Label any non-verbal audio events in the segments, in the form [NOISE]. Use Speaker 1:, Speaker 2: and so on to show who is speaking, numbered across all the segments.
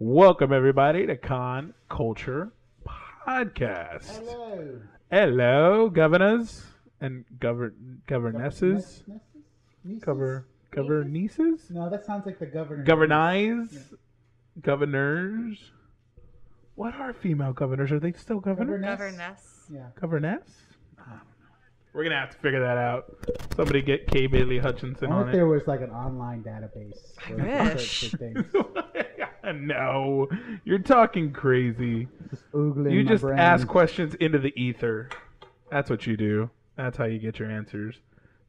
Speaker 1: Welcome everybody to Con Culture Podcast.
Speaker 2: Hello.
Speaker 1: Hello, governors and govern governesses,
Speaker 2: Nes- Nesses? Nieces?
Speaker 1: cover governesses,
Speaker 2: No, that sounds like the governor.
Speaker 1: governies, governors. What are female governors? Are they still governors?
Speaker 2: Governess.
Speaker 3: Governess.
Speaker 2: Yeah.
Speaker 1: Governess? I don't know. We're gonna have to figure that out. Somebody get K. Bailey Hutchinson
Speaker 2: I wonder
Speaker 1: on
Speaker 2: if
Speaker 1: it. [LAUGHS]
Speaker 2: there was like an online database.
Speaker 3: I
Speaker 2: where you could
Speaker 3: wish.
Speaker 2: search for things.
Speaker 1: no, you're talking crazy.
Speaker 2: Just oogling
Speaker 1: You
Speaker 2: my
Speaker 1: just
Speaker 2: brain.
Speaker 1: ask questions into the ether. That's what you do. That's how you get your answers.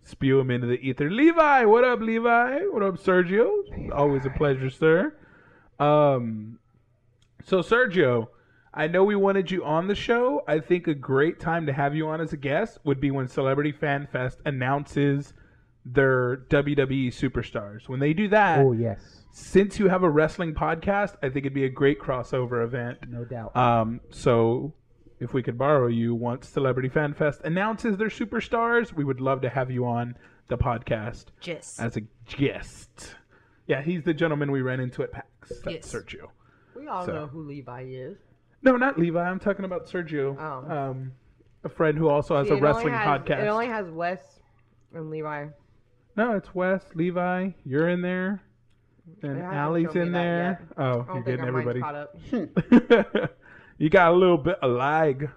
Speaker 1: Spew them into the ether. Levi, what up, Levi? What up, Sergio? Always a pleasure, sir. Um, so Sergio, I know we wanted you on the show. I think a great time to have you on as a guest would be when Celebrity Fan Fest announces their WWE superstars. When they do that,
Speaker 2: Oh yes,
Speaker 1: since you have a wrestling podcast, I think it'd be a great crossover event.
Speaker 2: no doubt.
Speaker 1: Um, so if we could borrow you once Celebrity Fan Fest announces their superstars, we would love to have you on the podcast
Speaker 3: Jis.
Speaker 1: as a guest. Yeah, he's the gentleman we ran into at PAX. That's
Speaker 3: Yes.
Speaker 1: Sergio.
Speaker 4: We all
Speaker 1: So.
Speaker 4: know who Levi is.
Speaker 1: No, not Levi. I'm talking about Sergio.
Speaker 4: Oh.
Speaker 1: Um, a friend who also has a
Speaker 4: See, it only
Speaker 1: wrestling
Speaker 4: has-
Speaker 1: podcast.
Speaker 4: It only has Wes and Levi.
Speaker 1: no, it's Wes, Levi. You're in there. And
Speaker 4: It hasn't
Speaker 1: Allie's
Speaker 4: shown me
Speaker 1: in
Speaker 4: that
Speaker 1: there. Oh,
Speaker 4: I
Speaker 1: you're
Speaker 4: don't think
Speaker 1: getting
Speaker 4: our mind's
Speaker 1: everybody.
Speaker 4: caught up.
Speaker 1: [LAUGHS] you got a little bit of lag.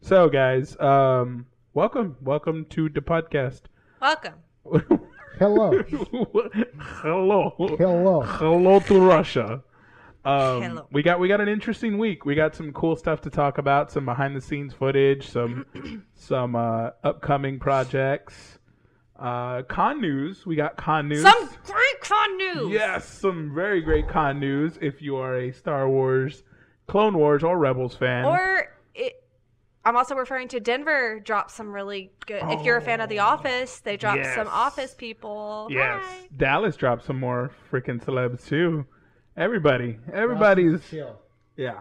Speaker 1: So, guys, um, welcome, welcome to the podcast. [LAUGHS]
Speaker 3: Welcome.
Speaker 2: [LAUGHS] Hello,
Speaker 1: Hello,
Speaker 2: hello.
Speaker 1: hello to Russia. Um,
Speaker 3: Hello.
Speaker 1: We got we got an interesting week. We got some cool stuff to talk about, some behind the scenes footage,
Speaker 3: [CLEARS THROAT]
Speaker 1: some some uh, upcoming projects. Uh, con news. We got con news.
Speaker 3: Some great con news.
Speaker 1: Yes, some very great con news. If you are a Star Wars, Clone Wars, or Rebels fan,
Speaker 3: Or it, I'm also referring to Denver dropped some really good. If you're a fan of The Office, they dropped some
Speaker 1: Oh. yes.
Speaker 3: Office people.
Speaker 1: Yes.
Speaker 3: Hi.
Speaker 1: Dallas dropped some more freaking celebs too. Everybody. Everybody's
Speaker 2: chill. Hmm,
Speaker 1: yeah.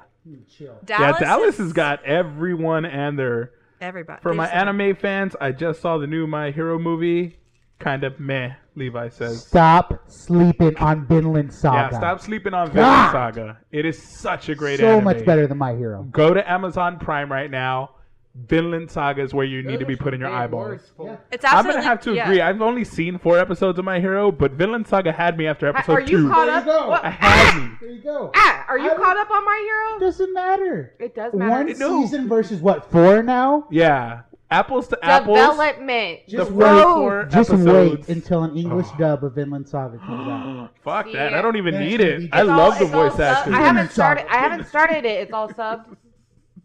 Speaker 2: Chill.
Speaker 3: Dallas
Speaker 1: yeah, Dallas
Speaker 3: is-
Speaker 1: has got everyone and their
Speaker 3: everybody.
Speaker 1: for my
Speaker 3: There's-
Speaker 1: anime fans, I just saw the new My Hero movie. Kind of meh, Levi says.
Speaker 2: Stop sleeping on Vinland Saga.
Speaker 1: Yeah, stop sleeping on Vinland
Speaker 2: God.
Speaker 1: Saga. It is such a great
Speaker 2: Ah! so
Speaker 1: anime.
Speaker 2: much better than my hero.
Speaker 1: Go to Amazon Prime right now. Vinland Saga is where you need to be putting your eyeballs.
Speaker 4: Yeah.
Speaker 3: It's
Speaker 1: I'm
Speaker 3: absolutely.
Speaker 1: gonna have to
Speaker 3: yeah.
Speaker 1: agree. I've only seen four episodes of My Hero, but Vinland Saga had me after episode
Speaker 4: Are
Speaker 1: two.
Speaker 4: you caught
Speaker 2: There you
Speaker 4: up?
Speaker 2: go.
Speaker 4: What-
Speaker 1: I had
Speaker 2: [LAUGHS]
Speaker 1: me.
Speaker 2: There you go.
Speaker 4: Ah, are you
Speaker 2: I-
Speaker 4: caught up on my hero?
Speaker 2: Doesn't matter.
Speaker 4: It does
Speaker 2: One
Speaker 4: matter.
Speaker 1: No.
Speaker 2: season versus what four now?
Speaker 1: Yeah, apples to apples.
Speaker 4: Development.
Speaker 1: The
Speaker 2: Just
Speaker 1: first
Speaker 2: wait.
Speaker 1: four
Speaker 2: Just
Speaker 1: episodes. Oh. [GASPS]
Speaker 2: wait until an English dub of Vinland Saga comes out.
Speaker 1: Fuck
Speaker 3: See
Speaker 1: that!
Speaker 3: it.
Speaker 1: I don't even
Speaker 2: Yeah,
Speaker 1: need
Speaker 2: it's gonna
Speaker 1: it.
Speaker 2: be
Speaker 1: I
Speaker 2: just-
Speaker 1: love the
Speaker 3: It's all-
Speaker 1: voice
Speaker 3: it's all
Speaker 1: actors.
Speaker 3: sub-
Speaker 4: I haven't started.
Speaker 2: Saga.
Speaker 4: I haven't started it. It's all subs.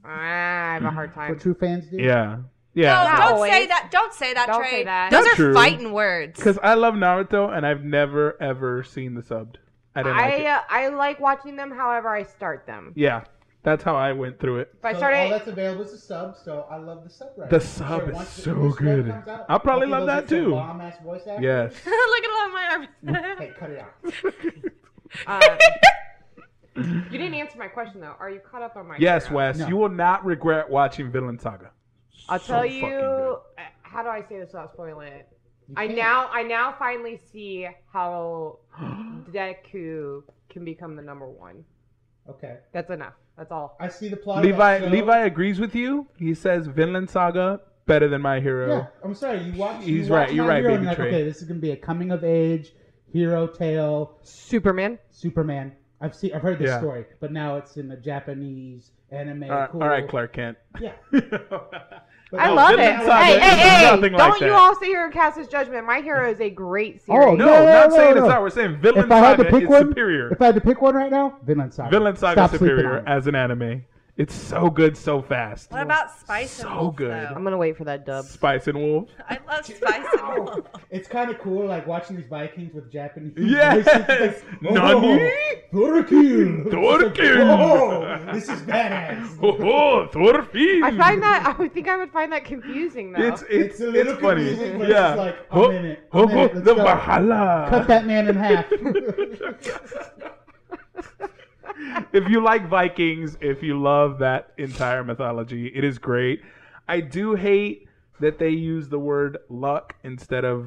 Speaker 4: Ah, I have a hard time.
Speaker 2: What true fans do?
Speaker 1: yeah,
Speaker 3: No,
Speaker 1: yeah.
Speaker 4: Not
Speaker 3: don't
Speaker 4: always.
Speaker 3: say that. Don't say that,
Speaker 4: Don't
Speaker 3: Trey.
Speaker 4: say that.
Speaker 3: Those
Speaker 1: Not
Speaker 3: are
Speaker 1: true.
Speaker 3: fighting words.
Speaker 1: Because I love Naruto, and I've never ever seen the subbed. I didn't like
Speaker 4: I
Speaker 1: it.
Speaker 4: uh, I like watching them. However, I start them.
Speaker 1: Yeah, that's how I went through it.
Speaker 4: If I
Speaker 2: So all
Speaker 4: started, [LAUGHS]
Speaker 2: that's available is a sub, so I love the sub right
Speaker 1: The
Speaker 2: now.
Speaker 1: sub is
Speaker 2: once the
Speaker 1: so
Speaker 2: first one
Speaker 1: good.
Speaker 2: comes out,
Speaker 1: I'll probably love
Speaker 2: hopefully they'll
Speaker 1: that
Speaker 2: get some
Speaker 1: too.
Speaker 2: bomb-ass voice actors.
Speaker 1: Yes.
Speaker 4: [LAUGHS]
Speaker 3: Look at all
Speaker 2: [LAUGHS]
Speaker 3: my arms.
Speaker 2: Hey, cut it out.
Speaker 1: [LAUGHS]
Speaker 4: um, you didn't answer my question though. Are you caught up on my?
Speaker 1: Yes,
Speaker 4: hero?
Speaker 1: Wes,
Speaker 2: No.
Speaker 1: you will not regret watching Vinland Saga.
Speaker 4: I'll
Speaker 1: So
Speaker 4: tell
Speaker 1: fucking
Speaker 4: you.
Speaker 1: good.
Speaker 4: uh, How do I say this without spoiling it?
Speaker 2: You
Speaker 4: I
Speaker 2: can't.
Speaker 4: now, I now finally see
Speaker 1: [GASPS]
Speaker 4: how Deku can become the number one.
Speaker 2: Okay.
Speaker 4: That's enough. That's all.
Speaker 2: I see the plot. of
Speaker 1: Levi
Speaker 2: that show.
Speaker 1: Levi agrees with you. He says Vinland Saga better than My Hero.
Speaker 2: Yeah, I'm sorry. You watch. you
Speaker 1: He's
Speaker 2: watch
Speaker 1: right, you're
Speaker 2: My
Speaker 1: right,
Speaker 2: Hero, and
Speaker 1: baby
Speaker 2: you're like,
Speaker 1: Trey.
Speaker 2: Okay, this is gonna be a coming of age hero tale.
Speaker 4: Superman.
Speaker 2: Superman. I've seen. I've heard this
Speaker 1: Yeah.
Speaker 2: story, but now it's in a Japanese anime.
Speaker 1: All right,
Speaker 2: cool.
Speaker 1: all right, Clark Kent.
Speaker 2: Yeah.
Speaker 1: [LAUGHS]
Speaker 2: But
Speaker 4: I
Speaker 1: No,
Speaker 4: love it.
Speaker 1: Vinland
Speaker 2: Saga
Speaker 4: Hey,
Speaker 2: is
Speaker 4: hey, hey!
Speaker 1: nothing
Speaker 4: Don't
Speaker 1: like
Speaker 4: you
Speaker 1: that.
Speaker 4: all sit here and cast this judgment. My Hero is a great series.
Speaker 2: Oh,
Speaker 1: No,
Speaker 2: No, no,
Speaker 1: not
Speaker 2: no,
Speaker 1: saying it's
Speaker 2: no.
Speaker 1: not. We're saying Vinland
Speaker 2: If I had to
Speaker 1: Saga
Speaker 2: pick
Speaker 1: is
Speaker 2: one-
Speaker 1: superior.
Speaker 2: If I had to pick one right now, Vinland Saga.
Speaker 1: Vinland Saga
Speaker 2: Stop
Speaker 1: is
Speaker 2: sleeping
Speaker 1: superior
Speaker 2: on it.
Speaker 1: as an anime. It's so good, so fast.
Speaker 3: What about Spice and
Speaker 1: So
Speaker 3: Wolf?
Speaker 1: good.
Speaker 3: though?
Speaker 4: I'm gonna wait for that dub.
Speaker 1: Spice and Wolf. [LAUGHS]
Speaker 3: I love Spice and Wolf.
Speaker 2: [LAUGHS] It's kind of cool, like watching these Vikings with Japanese.
Speaker 1: [LAUGHS]
Speaker 2: [LAUGHS]
Speaker 1: Yes!
Speaker 2: voices, like, oh,
Speaker 1: Nani? [LAUGHS]
Speaker 2: Thorkill!
Speaker 1: Thorkill!
Speaker 2: [LAUGHS] Oh, this is badass!
Speaker 1: [LAUGHS] Oh, oh Thorfinn.
Speaker 4: I find that I would think I would find that confusing though.
Speaker 1: it's it's
Speaker 2: It's a little
Speaker 1: it's funny.
Speaker 2: confusing, but it's
Speaker 1: yeah.
Speaker 2: just like, a
Speaker 1: Ho-
Speaker 2: minute, a
Speaker 1: ho-
Speaker 2: minute,
Speaker 1: ho-
Speaker 2: let's
Speaker 1: the
Speaker 2: go.
Speaker 1: Valhalla.
Speaker 2: Cut that man in half.
Speaker 1: if you like Vikings, if you love that entire mythology, it is great. I do hate that they use the word luck instead of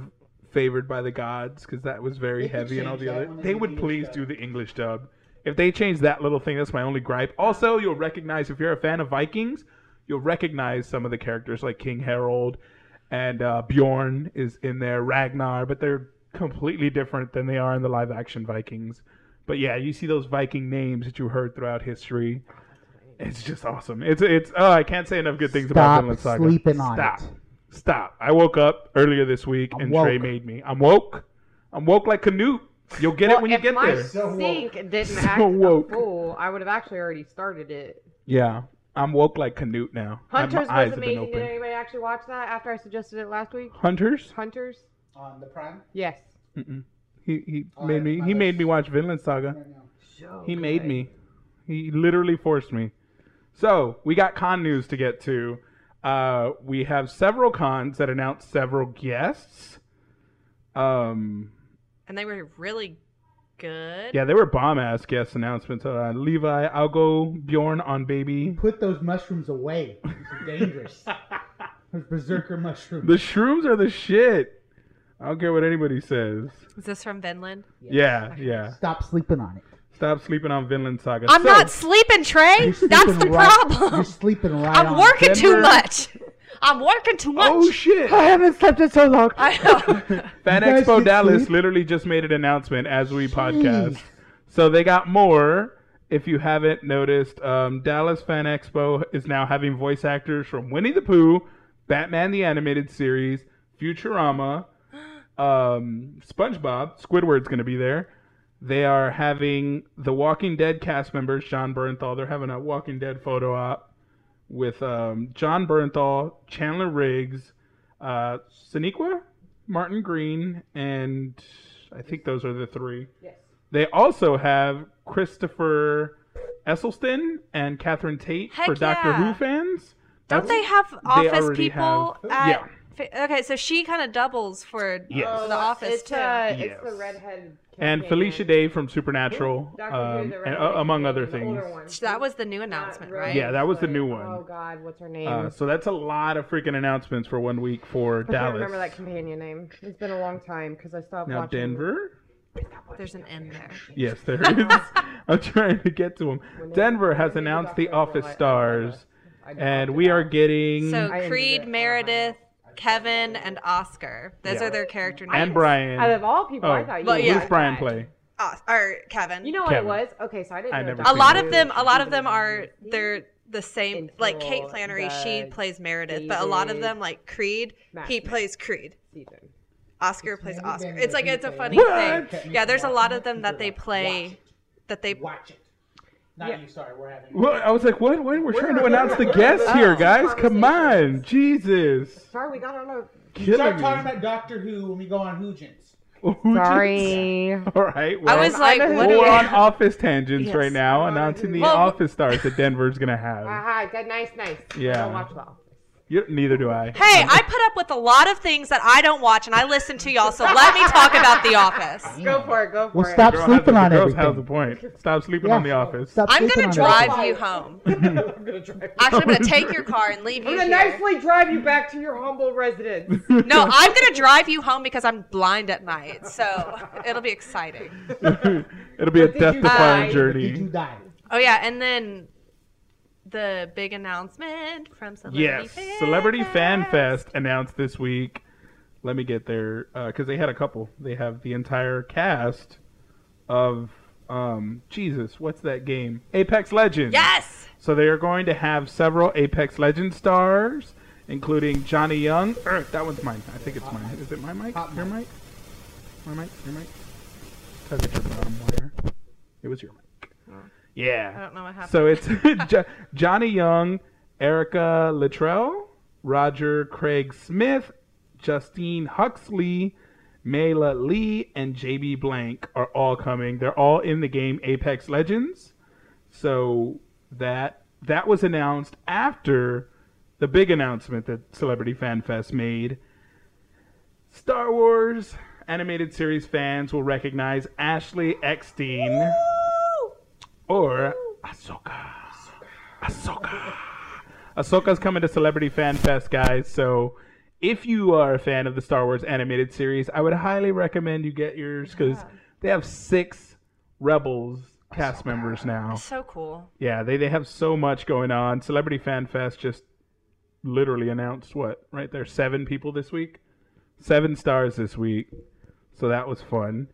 Speaker 1: favored by the gods because that was very
Speaker 2: They could
Speaker 1: heavy and all
Speaker 2: change
Speaker 1: the
Speaker 2: that
Speaker 1: other.
Speaker 2: when they
Speaker 1: They
Speaker 2: do
Speaker 1: would
Speaker 2: the
Speaker 1: please
Speaker 2: English
Speaker 1: do
Speaker 2: dub.
Speaker 1: the English dub. If they change that little thing, that's my only gripe. Also, you'll recognize if you're a fan of Vikings, you'll recognize some of the characters like King Harold and uh, Bjorn is in there, Ragnar, but they're completely different than they are in the live action Vikings. But yeah, you see those Viking names that you heard throughout history. It's just awesome. It's it's oh, I can't say enough good things about
Speaker 2: Stop
Speaker 1: Vinland Saga.
Speaker 2: sleeping on
Speaker 1: Stop.
Speaker 2: it.
Speaker 1: Stop. I woke up earlier this week
Speaker 2: I'm
Speaker 1: and
Speaker 2: woke.
Speaker 1: Trey made me. I'm woke. I'm woke like Canute. You'll get it
Speaker 4: Well,
Speaker 1: when you
Speaker 4: if
Speaker 1: get
Speaker 4: my
Speaker 1: there.
Speaker 2: So woke.
Speaker 4: sink didn't
Speaker 1: So
Speaker 4: act a
Speaker 1: woke.
Speaker 4: fool, I would have actually already started it.
Speaker 1: Yeah. I'm woke like Canute now. I-
Speaker 4: Hunters
Speaker 1: my eyes
Speaker 4: was
Speaker 1: have been
Speaker 4: amazing. Did
Speaker 1: open.
Speaker 4: anybody actually watch that after I suggested it last week?
Speaker 1: Hunters?
Speaker 4: Hunters?
Speaker 2: [LAUGHS] On the prime
Speaker 4: Yes.
Speaker 1: Mm-mm. He he
Speaker 2: Oh,
Speaker 1: made
Speaker 2: that's
Speaker 1: me
Speaker 2: my
Speaker 1: he made
Speaker 2: list.
Speaker 1: me watch Vinland Saga.
Speaker 2: right now.
Speaker 4: So
Speaker 1: He made
Speaker 4: good.
Speaker 1: me. He literally forced me. So we got con news to get to. Uh, we have several cons that announced several guests. Um,
Speaker 3: and they were really good.
Speaker 1: yeah, they were bomb ass guest announcements. Uh, Levi, Algo, Bjorn on baby.
Speaker 2: Put those mushrooms away. These
Speaker 1: [LAUGHS]
Speaker 2: are dangerous. those berserker mushrooms.
Speaker 1: The shrooms are the shit. I don't care what anybody says.
Speaker 3: Is this from Vinland?
Speaker 1: Yeah, yeah.
Speaker 2: Stop sleeping on it.
Speaker 1: Stop sleeping on Vinland Saga.
Speaker 3: I'm
Speaker 1: So-
Speaker 3: not sleeping, Trey.
Speaker 2: You're
Speaker 3: [LAUGHS] That's
Speaker 2: sleeping
Speaker 3: the
Speaker 2: right- You're
Speaker 3: problem.
Speaker 2: sleeping right
Speaker 3: I'm
Speaker 2: on
Speaker 3: working too
Speaker 1: Denver.
Speaker 3: much. I'm working too much. [LAUGHS]
Speaker 1: Oh shit!
Speaker 4: haven't slept in so long.
Speaker 3: I
Speaker 1: [LAUGHS]
Speaker 3: know.
Speaker 1: Fan
Speaker 2: You guys
Speaker 1: Expo
Speaker 2: did
Speaker 1: Dallas
Speaker 2: sleep?
Speaker 1: literally just made an announcement as we podcast.
Speaker 2: Jeez.
Speaker 1: So they got more. If you haven't noticed, um, Dallas Fan Expo is now having voice actors from Winnie the Pooh, Batman the Animated Series,
Speaker 2: [GASPS]
Speaker 1: Futurama, um, SpongeBob, Squidward's going to be there. They are having the Walking Dead cast members, John Bernthal. They're having a Walking Dead photo op with um, John Bernthal, Chandler Riggs, uh, Sonequa, Martin Green, and I think those are the three.
Speaker 4: Yes.
Speaker 1: They also have Christopher Esselstyn and Catherine Tate
Speaker 3: Heck
Speaker 1: for Doctor Who
Speaker 3: yeah.
Speaker 1: fans.
Speaker 3: Don't
Speaker 1: That's-
Speaker 3: they have office
Speaker 1: already
Speaker 3: people
Speaker 1: have- Oh,
Speaker 3: at?
Speaker 1: yeah.
Speaker 3: fa- Okay, so she kind of doubles for
Speaker 1: Yes.
Speaker 3: the office
Speaker 4: Oh, it's,
Speaker 3: too.
Speaker 4: Uh,
Speaker 1: Yes.
Speaker 4: It's the redhead.
Speaker 1: And
Speaker 4: campaign.
Speaker 1: Felicia Day from Supernatural,
Speaker 4: Doctor Who,
Speaker 1: um,
Speaker 4: the
Speaker 1: and,
Speaker 4: redhead
Speaker 1: uh, among
Speaker 4: campaign,
Speaker 1: other
Speaker 4: the older
Speaker 1: things.
Speaker 4: one.
Speaker 3: So that was the new announcement,
Speaker 4: Not
Speaker 3: right?
Speaker 1: Yeah, that was the new
Speaker 4: Rose, but-
Speaker 1: one.
Speaker 4: Oh God, what's her name?
Speaker 1: Uh, so that's a lot of freaking announcements for one week for
Speaker 4: I
Speaker 1: Dallas.
Speaker 4: can't remember that companion name. It's been a long time because I stopped
Speaker 1: now
Speaker 4: watching. [LAUGHS]
Speaker 1: Denver.
Speaker 3: There's an N there.
Speaker 1: Yes, there is. [LAUGHS] I'm trying to get to them.
Speaker 4: When they-
Speaker 1: Denver has
Speaker 4: when they did
Speaker 1: announced the
Speaker 4: Doctor Who, oh
Speaker 1: Office
Speaker 4: I- I-
Speaker 1: stars,
Speaker 4: I dropped
Speaker 1: and
Speaker 4: it
Speaker 1: we are
Speaker 4: out.
Speaker 1: getting
Speaker 3: So
Speaker 4: I ended it Oh,
Speaker 3: Creed,
Speaker 4: on a high
Speaker 3: Meredith, Kevin, and Oscar. Those
Speaker 1: Yeah.
Speaker 3: are their character names.
Speaker 1: and Brian.
Speaker 4: Out of all people, I
Speaker 1: Oh,
Speaker 4: thought you.
Speaker 3: Well,
Speaker 4: would
Speaker 3: yeah.
Speaker 1: Who's
Speaker 4: like
Speaker 1: Brian
Speaker 4: that.
Speaker 1: play?
Speaker 3: Os- or Kevin.
Speaker 4: You know what it
Speaker 1: Kevin.
Speaker 4: was? Okay, so I didn't.
Speaker 1: I
Speaker 4: know
Speaker 1: never
Speaker 3: a
Speaker 4: Doctor
Speaker 3: lot
Speaker 4: Who
Speaker 3: of them, a lot of
Speaker 4: was
Speaker 3: them are
Speaker 4: BBC.
Speaker 3: they're the same. Like Kate
Speaker 4: Until
Speaker 3: Flannery, she
Speaker 4: the
Speaker 3: plays Meredith, but a lot of
Speaker 4: David
Speaker 3: them, like Creed,
Speaker 4: Matt
Speaker 3: he
Speaker 4: Smith
Speaker 3: plays Creed.
Speaker 4: season.
Speaker 3: Oscar
Speaker 2: It's
Speaker 3: plays
Speaker 2: Mandy
Speaker 3: Oscar.
Speaker 2: Bennett
Speaker 3: It's like
Speaker 2: who
Speaker 3: it's a
Speaker 2: plays-
Speaker 3: funny
Speaker 1: What?
Speaker 3: thing. Yeah, there's a lot of them that they play. That they
Speaker 2: Watch it. Not
Speaker 4: Yeah.
Speaker 2: you, sorry, we're having
Speaker 1: Well, I was like, what? What? We're trying to announce the
Speaker 4: we're-
Speaker 1: guests here,
Speaker 4: oh.
Speaker 1: guys. Come on,
Speaker 4: Conversations.
Speaker 1: Jesus,
Speaker 4: Sorry, we got on a.
Speaker 1: killing
Speaker 2: Start
Speaker 1: me.
Speaker 2: talking about Doctor Who when we go on Hoojins.
Speaker 1: [LAUGHS] Who just-
Speaker 4: Sorry. [LAUGHS]
Speaker 1: All right.
Speaker 3: I
Speaker 1: Well,
Speaker 3: was like,
Speaker 4: I'm a-
Speaker 3: what
Speaker 1: well,
Speaker 3: are
Speaker 1: we're
Speaker 3: we? [LAUGHS]
Speaker 1: on office tangents
Speaker 3: Yes.
Speaker 1: right now, announcing the
Speaker 3: Well,
Speaker 1: office stars that Denver's gonna have.
Speaker 4: [LAUGHS] Aha, good, nice, nice. I
Speaker 1: Yeah.
Speaker 4: don't watch well.
Speaker 1: You, neither do I.
Speaker 3: Hey, I put up with a lot of things that I don't watch, and I listen to y'all. So let me talk about The Office.
Speaker 4: Go for it. Go for
Speaker 2: Well,
Speaker 4: it.
Speaker 2: stop
Speaker 1: Girl has
Speaker 2: sleeping
Speaker 1: the,
Speaker 2: on
Speaker 1: girls
Speaker 2: everything.
Speaker 1: Have the point. Stop sleeping
Speaker 2: Yeah.
Speaker 1: on the office.
Speaker 2: Stop
Speaker 3: I'm
Speaker 2: sleeping
Speaker 3: gonna
Speaker 2: on everything.
Speaker 3: drive you home.
Speaker 2: [LAUGHS]
Speaker 4: I'm gonna drive.
Speaker 3: Actually, I'm gonna take your car and leave you
Speaker 4: I'm gonna
Speaker 3: here.
Speaker 4: nicely drive you back to your
Speaker 1: [LAUGHS]
Speaker 4: humble residence.
Speaker 3: No, I'm gonna drive you home because I'm blind at night, so it'll be exciting.
Speaker 1: [LAUGHS] It'll be a
Speaker 4: But did you
Speaker 1: death-defying
Speaker 4: die?
Speaker 2: Did you
Speaker 1: journey.
Speaker 2: die?
Speaker 3: Oh yeah, and then the big announcement from Celebrity
Speaker 1: Yes,
Speaker 3: Fan
Speaker 1: Celebrity Fan
Speaker 3: Fest.
Speaker 1: Fest announced this week. Let me get there because they had a couple. They have the entire cast of um, Jesus. What's that game? Apex Legends.
Speaker 3: Yes.
Speaker 1: So they are going to have several Apex Legends stars, including Johnny Young. Er, that one's mine. I think it's mine. Is it my mic?
Speaker 2: Hot
Speaker 1: Your mic?
Speaker 2: mic.
Speaker 1: My mic? Your mic? Tug at your bottom wire. It was your mic.
Speaker 3: Oh. I
Speaker 1: Yeah.
Speaker 3: don't know what happened.
Speaker 1: So it's [LAUGHS] Jo- Johnny Young, Erica Littrell, Roger Craig Smith, Justine Huxley, Mayla Lee, and JB Blank are all coming. They're all in the game Apex Legends. So that that was announced after the big announcement that Celebrity Fan Fest made. Star Wars animated series fans will recognize Ashley Eckstein or Ahsoka. Ahsoka. Ahsoka's coming to Celebrity Fan Fest, guys. So if you are a fan of the Star Wars animated series, I would highly recommend you get yours because they have six Rebels cast members now.
Speaker 3: So cool.
Speaker 1: Yeah, they, they have so much going on. Celebrity Fan Fest just literally announced what right there seven people this week, seven stars this week. So that was fun.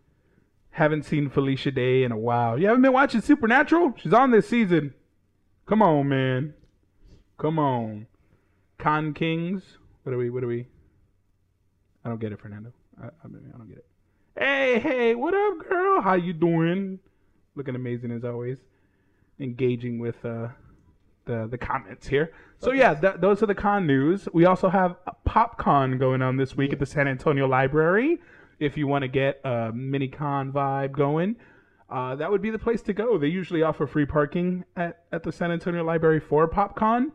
Speaker 1: Haven't seen Felicia Day in a while. You haven't been watching Supernatural? She's on this season. Come on, man. Come on. Con Kings. What are we? What are we? I don't get it, Fernando. I, I, I don't get it. Hey, hey, what up, girl? How you doing? Looking amazing as always. Engaging with uh, the the comments here. So yeah, th- those are the con news. We also have a PopCon going on this week at the San Antonio Library. If you want to get a mini con vibe going, uh, that would be the place to go. They usually offer free parking at, at the San Antonio Library for PopCon.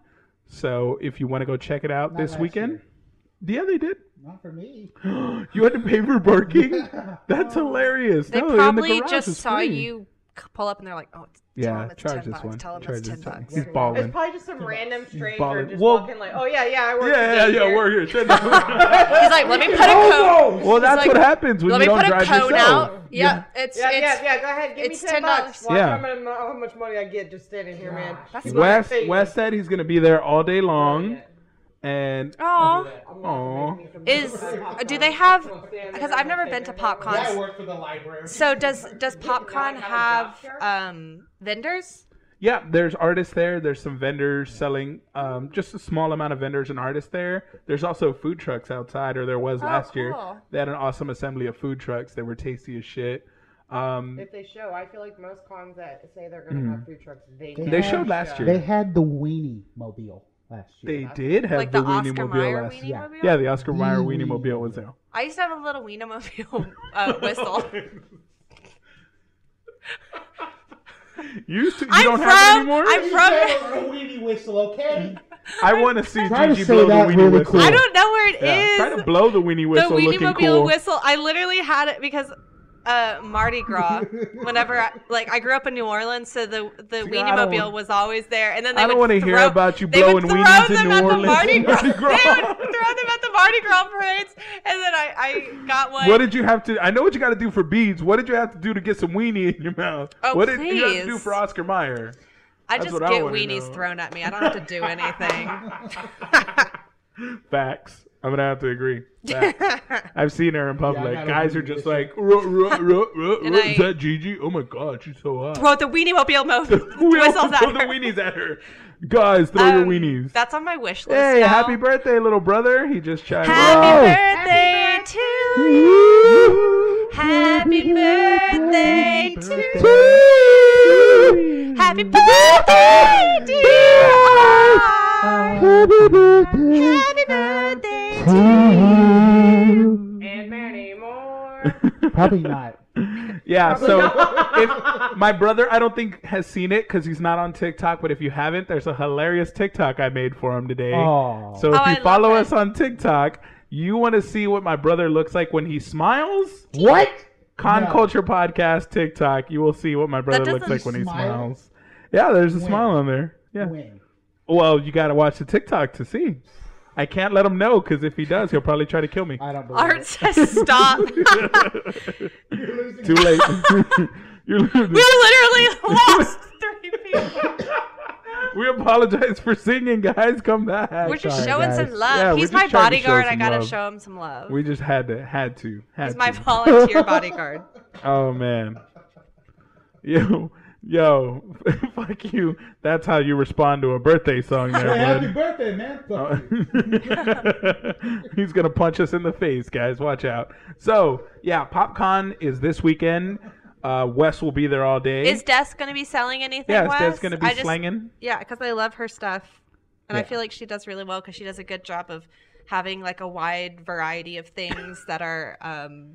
Speaker 1: So if you want to go check it out
Speaker 2: Not
Speaker 1: this
Speaker 2: last
Speaker 1: weekend,
Speaker 2: year.
Speaker 1: yeah, they did.
Speaker 2: Not for me.
Speaker 1: [GASPS] you had to pay for parking. That's hilarious.
Speaker 3: They
Speaker 1: No, in the
Speaker 3: probably
Speaker 1: garage,
Speaker 3: just
Speaker 1: it's
Speaker 3: saw
Speaker 1: free.
Speaker 3: you c- pull up and they're like, oh, it's, tell
Speaker 1: Yeah,
Speaker 3: him it's
Speaker 1: charge
Speaker 3: 10
Speaker 1: this
Speaker 3: bucks.
Speaker 1: one.
Speaker 3: Tell him
Speaker 1: Charge
Speaker 3: it's
Speaker 1: this
Speaker 3: 10
Speaker 1: one.
Speaker 3: bucks.
Speaker 1: He's
Speaker 2: It's
Speaker 1: balling.
Speaker 4: It's probably just some random stranger
Speaker 1: ballin'.
Speaker 4: just
Speaker 1: Well-
Speaker 4: walking like, oh yeah, yeah, I work.
Speaker 1: Yeah, yeah,
Speaker 4: at
Speaker 1: yeah.
Speaker 4: daycare."
Speaker 1: We're here. well, [LAUGHS]
Speaker 3: He's like, let me put a code.
Speaker 1: that's
Speaker 3: like,
Speaker 1: what happens when
Speaker 3: Let
Speaker 1: you
Speaker 3: me
Speaker 1: don't
Speaker 3: put a
Speaker 1: drive
Speaker 3: code
Speaker 1: yourself.
Speaker 3: out. Yeah, it's
Speaker 4: Yeah,
Speaker 3: it's
Speaker 4: yeah, yeah. Go ahead, give
Speaker 3: it's
Speaker 4: me ten bucks.
Speaker 3: $10.
Speaker 4: Watch
Speaker 1: Yeah.
Speaker 4: how much- how much money I get just standing here, man.
Speaker 3: That's
Speaker 4: She's
Speaker 3: smart.
Speaker 1: Wes
Speaker 4: gonna pay
Speaker 1: Wes
Speaker 4: me.
Speaker 1: said he's gonna be there all day long, and
Speaker 3: Aw.
Speaker 4: I'm gonna make me some
Speaker 3: Is uh,
Speaker 4: popcorn.
Speaker 3: do they have?
Speaker 4: I'm gonna stand
Speaker 3: Because
Speaker 4: there,
Speaker 3: I've
Speaker 4: I'm
Speaker 3: never
Speaker 4: gonna
Speaker 3: been to
Speaker 4: take my
Speaker 2: Yeah, I
Speaker 3: PopCons.
Speaker 2: work for the library.
Speaker 3: So does does
Speaker 4: I
Speaker 3: PopCon
Speaker 4: have a
Speaker 3: have
Speaker 4: job here?
Speaker 3: um vendors?
Speaker 1: yeah, there's artists there. There's some vendors selling, um, just a small amount of vendors and artists there. There's also food trucks outside, or there was
Speaker 3: Oh,
Speaker 1: last year.
Speaker 3: cool.
Speaker 1: They had an awesome assembly of food trucks. They were tasty as shit. Um,
Speaker 4: If they show, I feel like most cons that say they're gonna have food trucks, they
Speaker 2: They
Speaker 1: they
Speaker 4: never
Speaker 1: Hmm. showed last
Speaker 4: show.
Speaker 2: They
Speaker 1: year.
Speaker 2: had the weenie mobile last year.
Speaker 1: They did have
Speaker 3: Like
Speaker 1: the,
Speaker 3: the,
Speaker 1: Weenie
Speaker 3: Oscar
Speaker 1: Mobile
Speaker 3: Mayer
Speaker 1: last
Speaker 3: Weenie
Speaker 2: yeah.
Speaker 3: Mobile?
Speaker 1: Yeah, the Oscar Mayer
Speaker 2: The
Speaker 1: Weenie
Speaker 2: Weenie
Speaker 1: Mobile was there.
Speaker 3: I used to have a little Wienermobile
Speaker 1: [LAUGHS]
Speaker 3: uh, whistle.
Speaker 1: You used to, you
Speaker 3: I'm
Speaker 1: don't
Speaker 3: from
Speaker 1: have it anymore.
Speaker 3: I'm from
Speaker 2: the weenie whistle, okay?
Speaker 1: I want to see
Speaker 2: Try to
Speaker 1: Gigi
Speaker 2: say
Speaker 1: blow the
Speaker 2: that
Speaker 1: weenie
Speaker 2: really
Speaker 1: whistle.
Speaker 2: cool.
Speaker 3: I don't know where it is.
Speaker 1: Yeah, Try to blow the weenie whistle
Speaker 3: the Weenie
Speaker 1: looking
Speaker 3: Mobile
Speaker 1: cool.
Speaker 3: whistle. I literally had it because uh, Mardi
Speaker 1: [LAUGHS]
Speaker 3: Gras. Whenever I, like I grew up in New Orleans, so the the
Speaker 1: See,
Speaker 3: Weenie
Speaker 1: I don't
Speaker 3: Mobile was always there, and then they
Speaker 1: I don't want
Speaker 3: would
Speaker 1: to hear
Speaker 3: throw-
Speaker 1: about you
Speaker 3: they would
Speaker 1: blowing
Speaker 3: throw
Speaker 1: weenies
Speaker 3: them
Speaker 1: in
Speaker 3: at
Speaker 1: New Orleans.
Speaker 3: The
Speaker 1: [LAUGHS]
Speaker 3: Mardi Gras.
Speaker 1: Mardi Gras.
Speaker 3: They would throw them at the Mardi Gras parades, and then I, I got one.
Speaker 1: What did you have to? I know what you got to do for beads. What did you have to do to get some weenie in your mouth?
Speaker 3: Oh,
Speaker 1: what did you have to
Speaker 3: please.
Speaker 1: do for Oscar Mayer?
Speaker 3: I
Speaker 1: that's
Speaker 3: just
Speaker 1: what I
Speaker 3: get
Speaker 1: wanna
Speaker 3: weenies
Speaker 1: know.
Speaker 3: thrown at me. I don't have to do anything.
Speaker 1: Facts. I'm gonna have to
Speaker 3: [LAUGHS]
Speaker 1: agree. [LAUGHS] Facts. I've seen her in public.
Speaker 2: got a
Speaker 1: Guys are
Speaker 2: weenie
Speaker 1: just
Speaker 2: whistle.
Speaker 1: like, ruh, ruh,
Speaker 3: [LAUGHS]
Speaker 1: ruh, ruh,
Speaker 3: And
Speaker 1: ruh.
Speaker 3: I-
Speaker 1: is that Gigi? Oh my god, she's so hot.
Speaker 3: [LAUGHS] Throw the Weenie Mobile mo- [LAUGHS]
Speaker 1: We all
Speaker 3: whistles at
Speaker 1: throw the
Speaker 3: her.
Speaker 1: weenies at her. Guys, throw your
Speaker 3: Um,
Speaker 1: weenies.
Speaker 3: That's on my wish list.
Speaker 1: Hey,
Speaker 3: now.
Speaker 1: happy birthday, little brother. He just chimed
Speaker 3: Happy
Speaker 1: in.
Speaker 3: birthday to you. Happy birthday to
Speaker 1: you.
Speaker 3: Happy birthday, dear. Happy birthday to
Speaker 4: And many more.
Speaker 2: Probably not.
Speaker 1: Yeah, [LAUGHS] so if my brother, I don't think has seen it because he's not on TikTok. But if you haven't, there's a hilarious TikTok I made for him today.
Speaker 2: Oh.
Speaker 1: So if
Speaker 3: Oh, I
Speaker 1: you
Speaker 3: love
Speaker 1: follow
Speaker 3: it.
Speaker 1: us on TikTok, you want to see what my brother looks like when he smiles.
Speaker 2: what?
Speaker 1: Con
Speaker 2: No.
Speaker 1: Culture Podcast TikTok. You will see what my brother looks
Speaker 3: doesn't
Speaker 1: like when he
Speaker 2: smile?
Speaker 1: smiles. Yeah, there's a
Speaker 2: When?
Speaker 1: smile on there. Yeah.
Speaker 2: When?
Speaker 1: Well, you got to watch the TikTok to see. I can't let him know because if he does, he'll probably try to kill me.
Speaker 2: I don't believe
Speaker 3: Art
Speaker 2: it.
Speaker 3: says [LAUGHS] stop. We're
Speaker 1: [LAUGHS] Too late. [LAUGHS] You're losing.
Speaker 3: literally lost three people.
Speaker 2: [LAUGHS]
Speaker 1: We apologize for singing, guys. Come back.
Speaker 3: We're just
Speaker 2: Sorry,
Speaker 3: showing
Speaker 2: guys.
Speaker 3: some love.
Speaker 1: Yeah, we're
Speaker 3: He's
Speaker 1: just
Speaker 3: my
Speaker 1: trying to show
Speaker 3: bodyguard. I
Speaker 1: some
Speaker 3: gotta
Speaker 1: love.
Speaker 3: show him some love.
Speaker 1: We just had to, had to, had
Speaker 3: He's
Speaker 1: to. [LAUGHS]
Speaker 3: my volunteer bodyguard.
Speaker 1: Oh man. Yo, yo, [LAUGHS] fuck you. That's how you respond to a birthday song, there,
Speaker 2: Hey,
Speaker 1: [LAUGHS]
Speaker 2: happy
Speaker 1: bud.
Speaker 2: birthday, man.
Speaker 1: Uh,
Speaker 2: Fuck
Speaker 1: [LAUGHS]
Speaker 2: you.
Speaker 1: He's gonna punch us in the face, guys. Watch out. So yeah, PopCon is this weekend. Uh, Wes will be there all day.
Speaker 3: Is Des gonna be selling anything?
Speaker 1: yeah,
Speaker 3: Wes?
Speaker 1: Steph's gonna be
Speaker 3: I just-
Speaker 1: slanging.
Speaker 3: Yeah, because I love her stuff, and I
Speaker 1: Yeah.
Speaker 3: feel like she does really well because she does a good job of having like a wide variety of things that are um,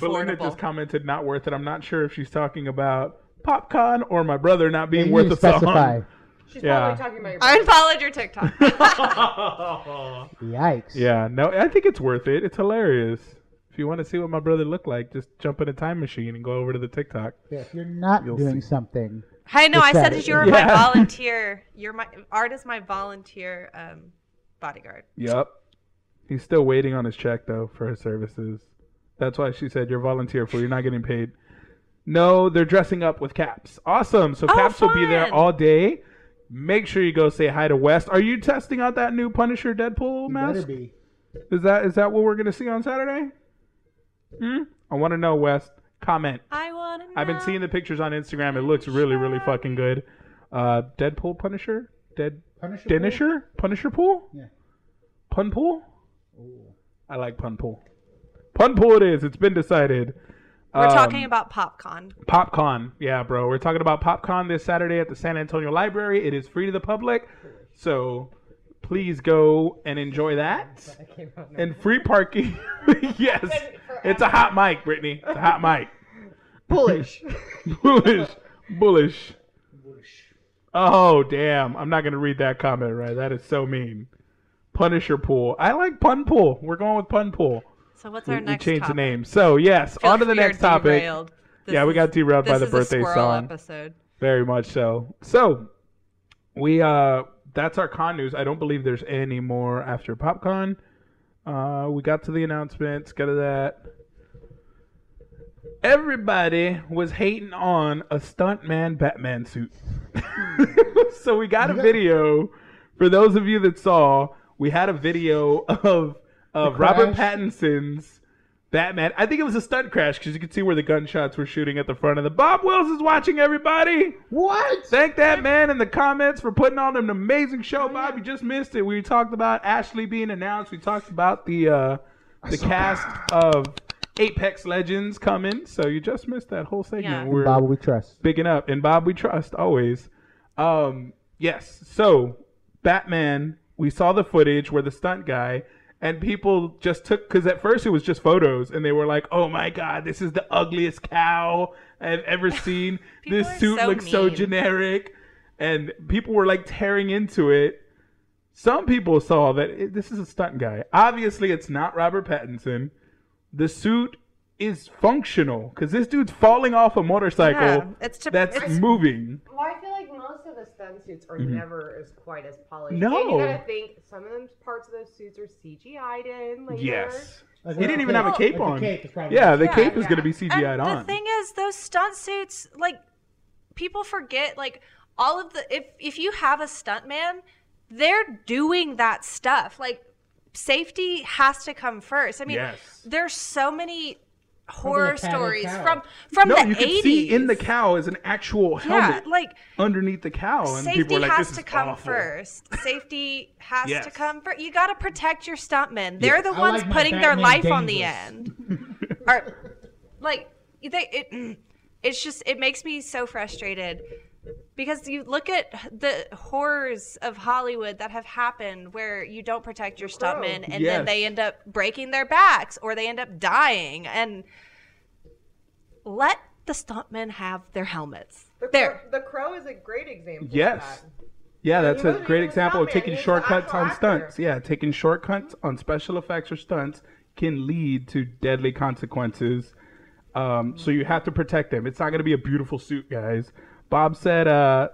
Speaker 1: Belinda
Speaker 3: affordable.
Speaker 1: just commented, "Not worth it." I'm not sure if she's talking about PopCon or my brother not being
Speaker 2: You
Speaker 1: worth a
Speaker 2: specify.
Speaker 4: She's
Speaker 1: Yeah.
Speaker 4: probably talking about your.
Speaker 3: I unfollowed your TikTok.
Speaker 1: [LAUGHS] song.
Speaker 2: Yikes.
Speaker 1: yeah, no, I think it's worth it. It's hilarious. If you want to see what my brother looked like, just jump in a time machine and go over to the TikTok.
Speaker 2: Yeah, If you're not
Speaker 1: You'll
Speaker 2: doing
Speaker 1: see.
Speaker 2: something,
Speaker 3: I know. I said
Speaker 2: Pathetic.
Speaker 3: that you're
Speaker 1: Yeah.
Speaker 3: my volunteer. You're my art is my volunteer um, bodyguard.
Speaker 1: Yep. He's still waiting on his check though for his services. That's why she said you're volunteer for you're not getting paid. No, they're dressing up with caps. Awesome. So
Speaker 3: Oh,
Speaker 1: caps will be there
Speaker 3: fun.
Speaker 1: all day. Make sure you go say hi to West. Are you testing out that new Punisher Deadpool
Speaker 2: You
Speaker 1: mask?
Speaker 2: better be.
Speaker 1: Is that is that what we're gonna see on Saturday? Hmm? I want to know, West. Comment.
Speaker 3: I want to.
Speaker 1: I've been seeing the pictures on Instagram. It looks really, really fucking good. Uh, Deadpool Punisher, Dead
Speaker 2: Punisher. pool?
Speaker 1: Denisher, Punisher Pool,
Speaker 2: Yeah.
Speaker 1: Pun Pool.
Speaker 2: Ooh.
Speaker 1: I like Pun Pool. Pun Pool it is. It's been decided.
Speaker 3: We're
Speaker 1: Um,
Speaker 3: talking about PopCon.
Speaker 1: PopCon. Yeah, bro. We're talking about PopCon this Saturday at the San Antonio Library. It is free to the public. So please go and enjoy that.
Speaker 4: I came out now.
Speaker 1: And free parking. [LAUGHS] yes. It's a hot mic, Brittany. It's a hot mic.
Speaker 4: Bullish.
Speaker 1: Bullish. Bullish.
Speaker 2: Whoosh.
Speaker 1: Oh, damn. I'm not going to read that comment, right? That is so mean. Punisher pool. I like pun pool. We're going with pun pool.
Speaker 3: So what's
Speaker 1: We,
Speaker 3: our
Speaker 1: we
Speaker 3: next?
Speaker 1: changed the
Speaker 3: topic?
Speaker 1: name. So, yes,
Speaker 3: Feel
Speaker 1: on to the
Speaker 3: free or
Speaker 1: next topic.
Speaker 3: derailed. This
Speaker 1: Yeah, we
Speaker 3: is-
Speaker 1: got derailed by
Speaker 3: this
Speaker 1: the
Speaker 3: is
Speaker 1: birthday
Speaker 3: a squirrel
Speaker 1: song.
Speaker 3: episode.
Speaker 1: Very much so. So we uh that's our con news. I don't believe there's any more after PopCon. Uh we got to the announcements, got to that. Everybody was hating on a stuntman Batman suit. [LAUGHS] so we got a
Speaker 2: Yeah.
Speaker 1: video for those of you that saw, we had a video of of
Speaker 2: The
Speaker 1: Robert
Speaker 2: crash.
Speaker 1: Pattinson's Batman. I think it was a stunt crash because you could see where the gunshots were shooting at the front of the. Bob Wills is watching everybody.
Speaker 2: [LAUGHS] What?
Speaker 1: Thank that man in the comments for putting on an amazing show, Bob. You just missed it. We talked about Ashley being announced. We talked about the uh, the cast of Apex Legends coming. So you just missed that whole segment.
Speaker 3: Yeah.
Speaker 1: We're
Speaker 2: Bob, we trust.
Speaker 1: bigging up, and Bob we trust always. Um, yes. So Batman, we saw the footage where the stunt guy and people just took because at first it was just photos, and they were like, "Oh my god, this is the ugliest cow I've
Speaker 3: [LAUGHS]
Speaker 1: ever seen.
Speaker 3: People
Speaker 1: this
Speaker 3: are
Speaker 1: suit
Speaker 3: so
Speaker 1: looks so
Speaker 3: mean."
Speaker 1: generic," and people were like tearing into it. Some people saw that it, this is a stunt guy. Obviously, it's not Robert Pattinson. The suit is functional because this dude's falling off a motorcycle
Speaker 3: Yeah, it's to-
Speaker 1: that's
Speaker 3: it's-
Speaker 1: moving.
Speaker 4: Well, I feel like most of the stunt suits are never as quite as polished.
Speaker 1: Mm-hmm. No.
Speaker 4: And you gotta think some of them parts of those suits are CGI'd in. Later.
Speaker 1: Yes.
Speaker 2: Like,
Speaker 1: He didn't
Speaker 2: okay.
Speaker 1: even have a cape
Speaker 2: Like the
Speaker 1: on.
Speaker 2: cape is probably-
Speaker 1: Yeah, the
Speaker 3: Yeah,
Speaker 1: cape is
Speaker 4: yeah.
Speaker 1: going to be CGI'd
Speaker 3: and
Speaker 1: on.
Speaker 3: The thing is, those stunt suits, like people forget, like all of the if if you have a stuntman, they're doing that stuff. Like safety has to come first. I mean,
Speaker 1: Yes.
Speaker 3: there's so many horror
Speaker 2: a padded
Speaker 3: stories
Speaker 2: cow.
Speaker 3: from from
Speaker 1: no,
Speaker 3: the
Speaker 1: you can
Speaker 3: 80s.
Speaker 1: see in the cow is an actual
Speaker 3: yeah,
Speaker 1: helmet
Speaker 3: like
Speaker 1: underneath the cow, Oh, and people
Speaker 3: safety
Speaker 1: were like,
Speaker 3: has
Speaker 1: "This is
Speaker 3: to come
Speaker 1: awful." [LAUGHS]
Speaker 3: first. Safety has
Speaker 1: Yes.
Speaker 3: to come first. You got to protect your stuntmen. They're the
Speaker 2: I
Speaker 3: ones
Speaker 2: like my
Speaker 3: putting their
Speaker 2: Batman
Speaker 3: life on the
Speaker 2: dangerous.
Speaker 3: end.
Speaker 2: [LAUGHS]
Speaker 3: or, like they, it, it's just it makes me so frustrated because you look at the horrors of Hollywood that have happened where you don't protect your
Speaker 4: Crow.
Speaker 3: stuntmen and
Speaker 1: Yes.
Speaker 3: then they end up breaking their backs or they end up dying and let the stuntmen have their helmets.
Speaker 4: The,
Speaker 3: There.
Speaker 4: Crow, the Crow is a great example.
Speaker 1: Yes.
Speaker 4: Of
Speaker 1: Yeah, that's
Speaker 4: he
Speaker 1: a
Speaker 4: wasn't
Speaker 1: great
Speaker 4: even a
Speaker 1: example of
Speaker 4: stuntman,
Speaker 1: taking
Speaker 4: he was an
Speaker 1: shortcuts
Speaker 4: actual
Speaker 1: on
Speaker 4: actor.
Speaker 1: stunts. Yeah, taking shortcuts on special effects or stunts can lead to deadly consequences. Um, so you have to protect them. It's not going to be a beautiful suit, guys. Bob said, uh,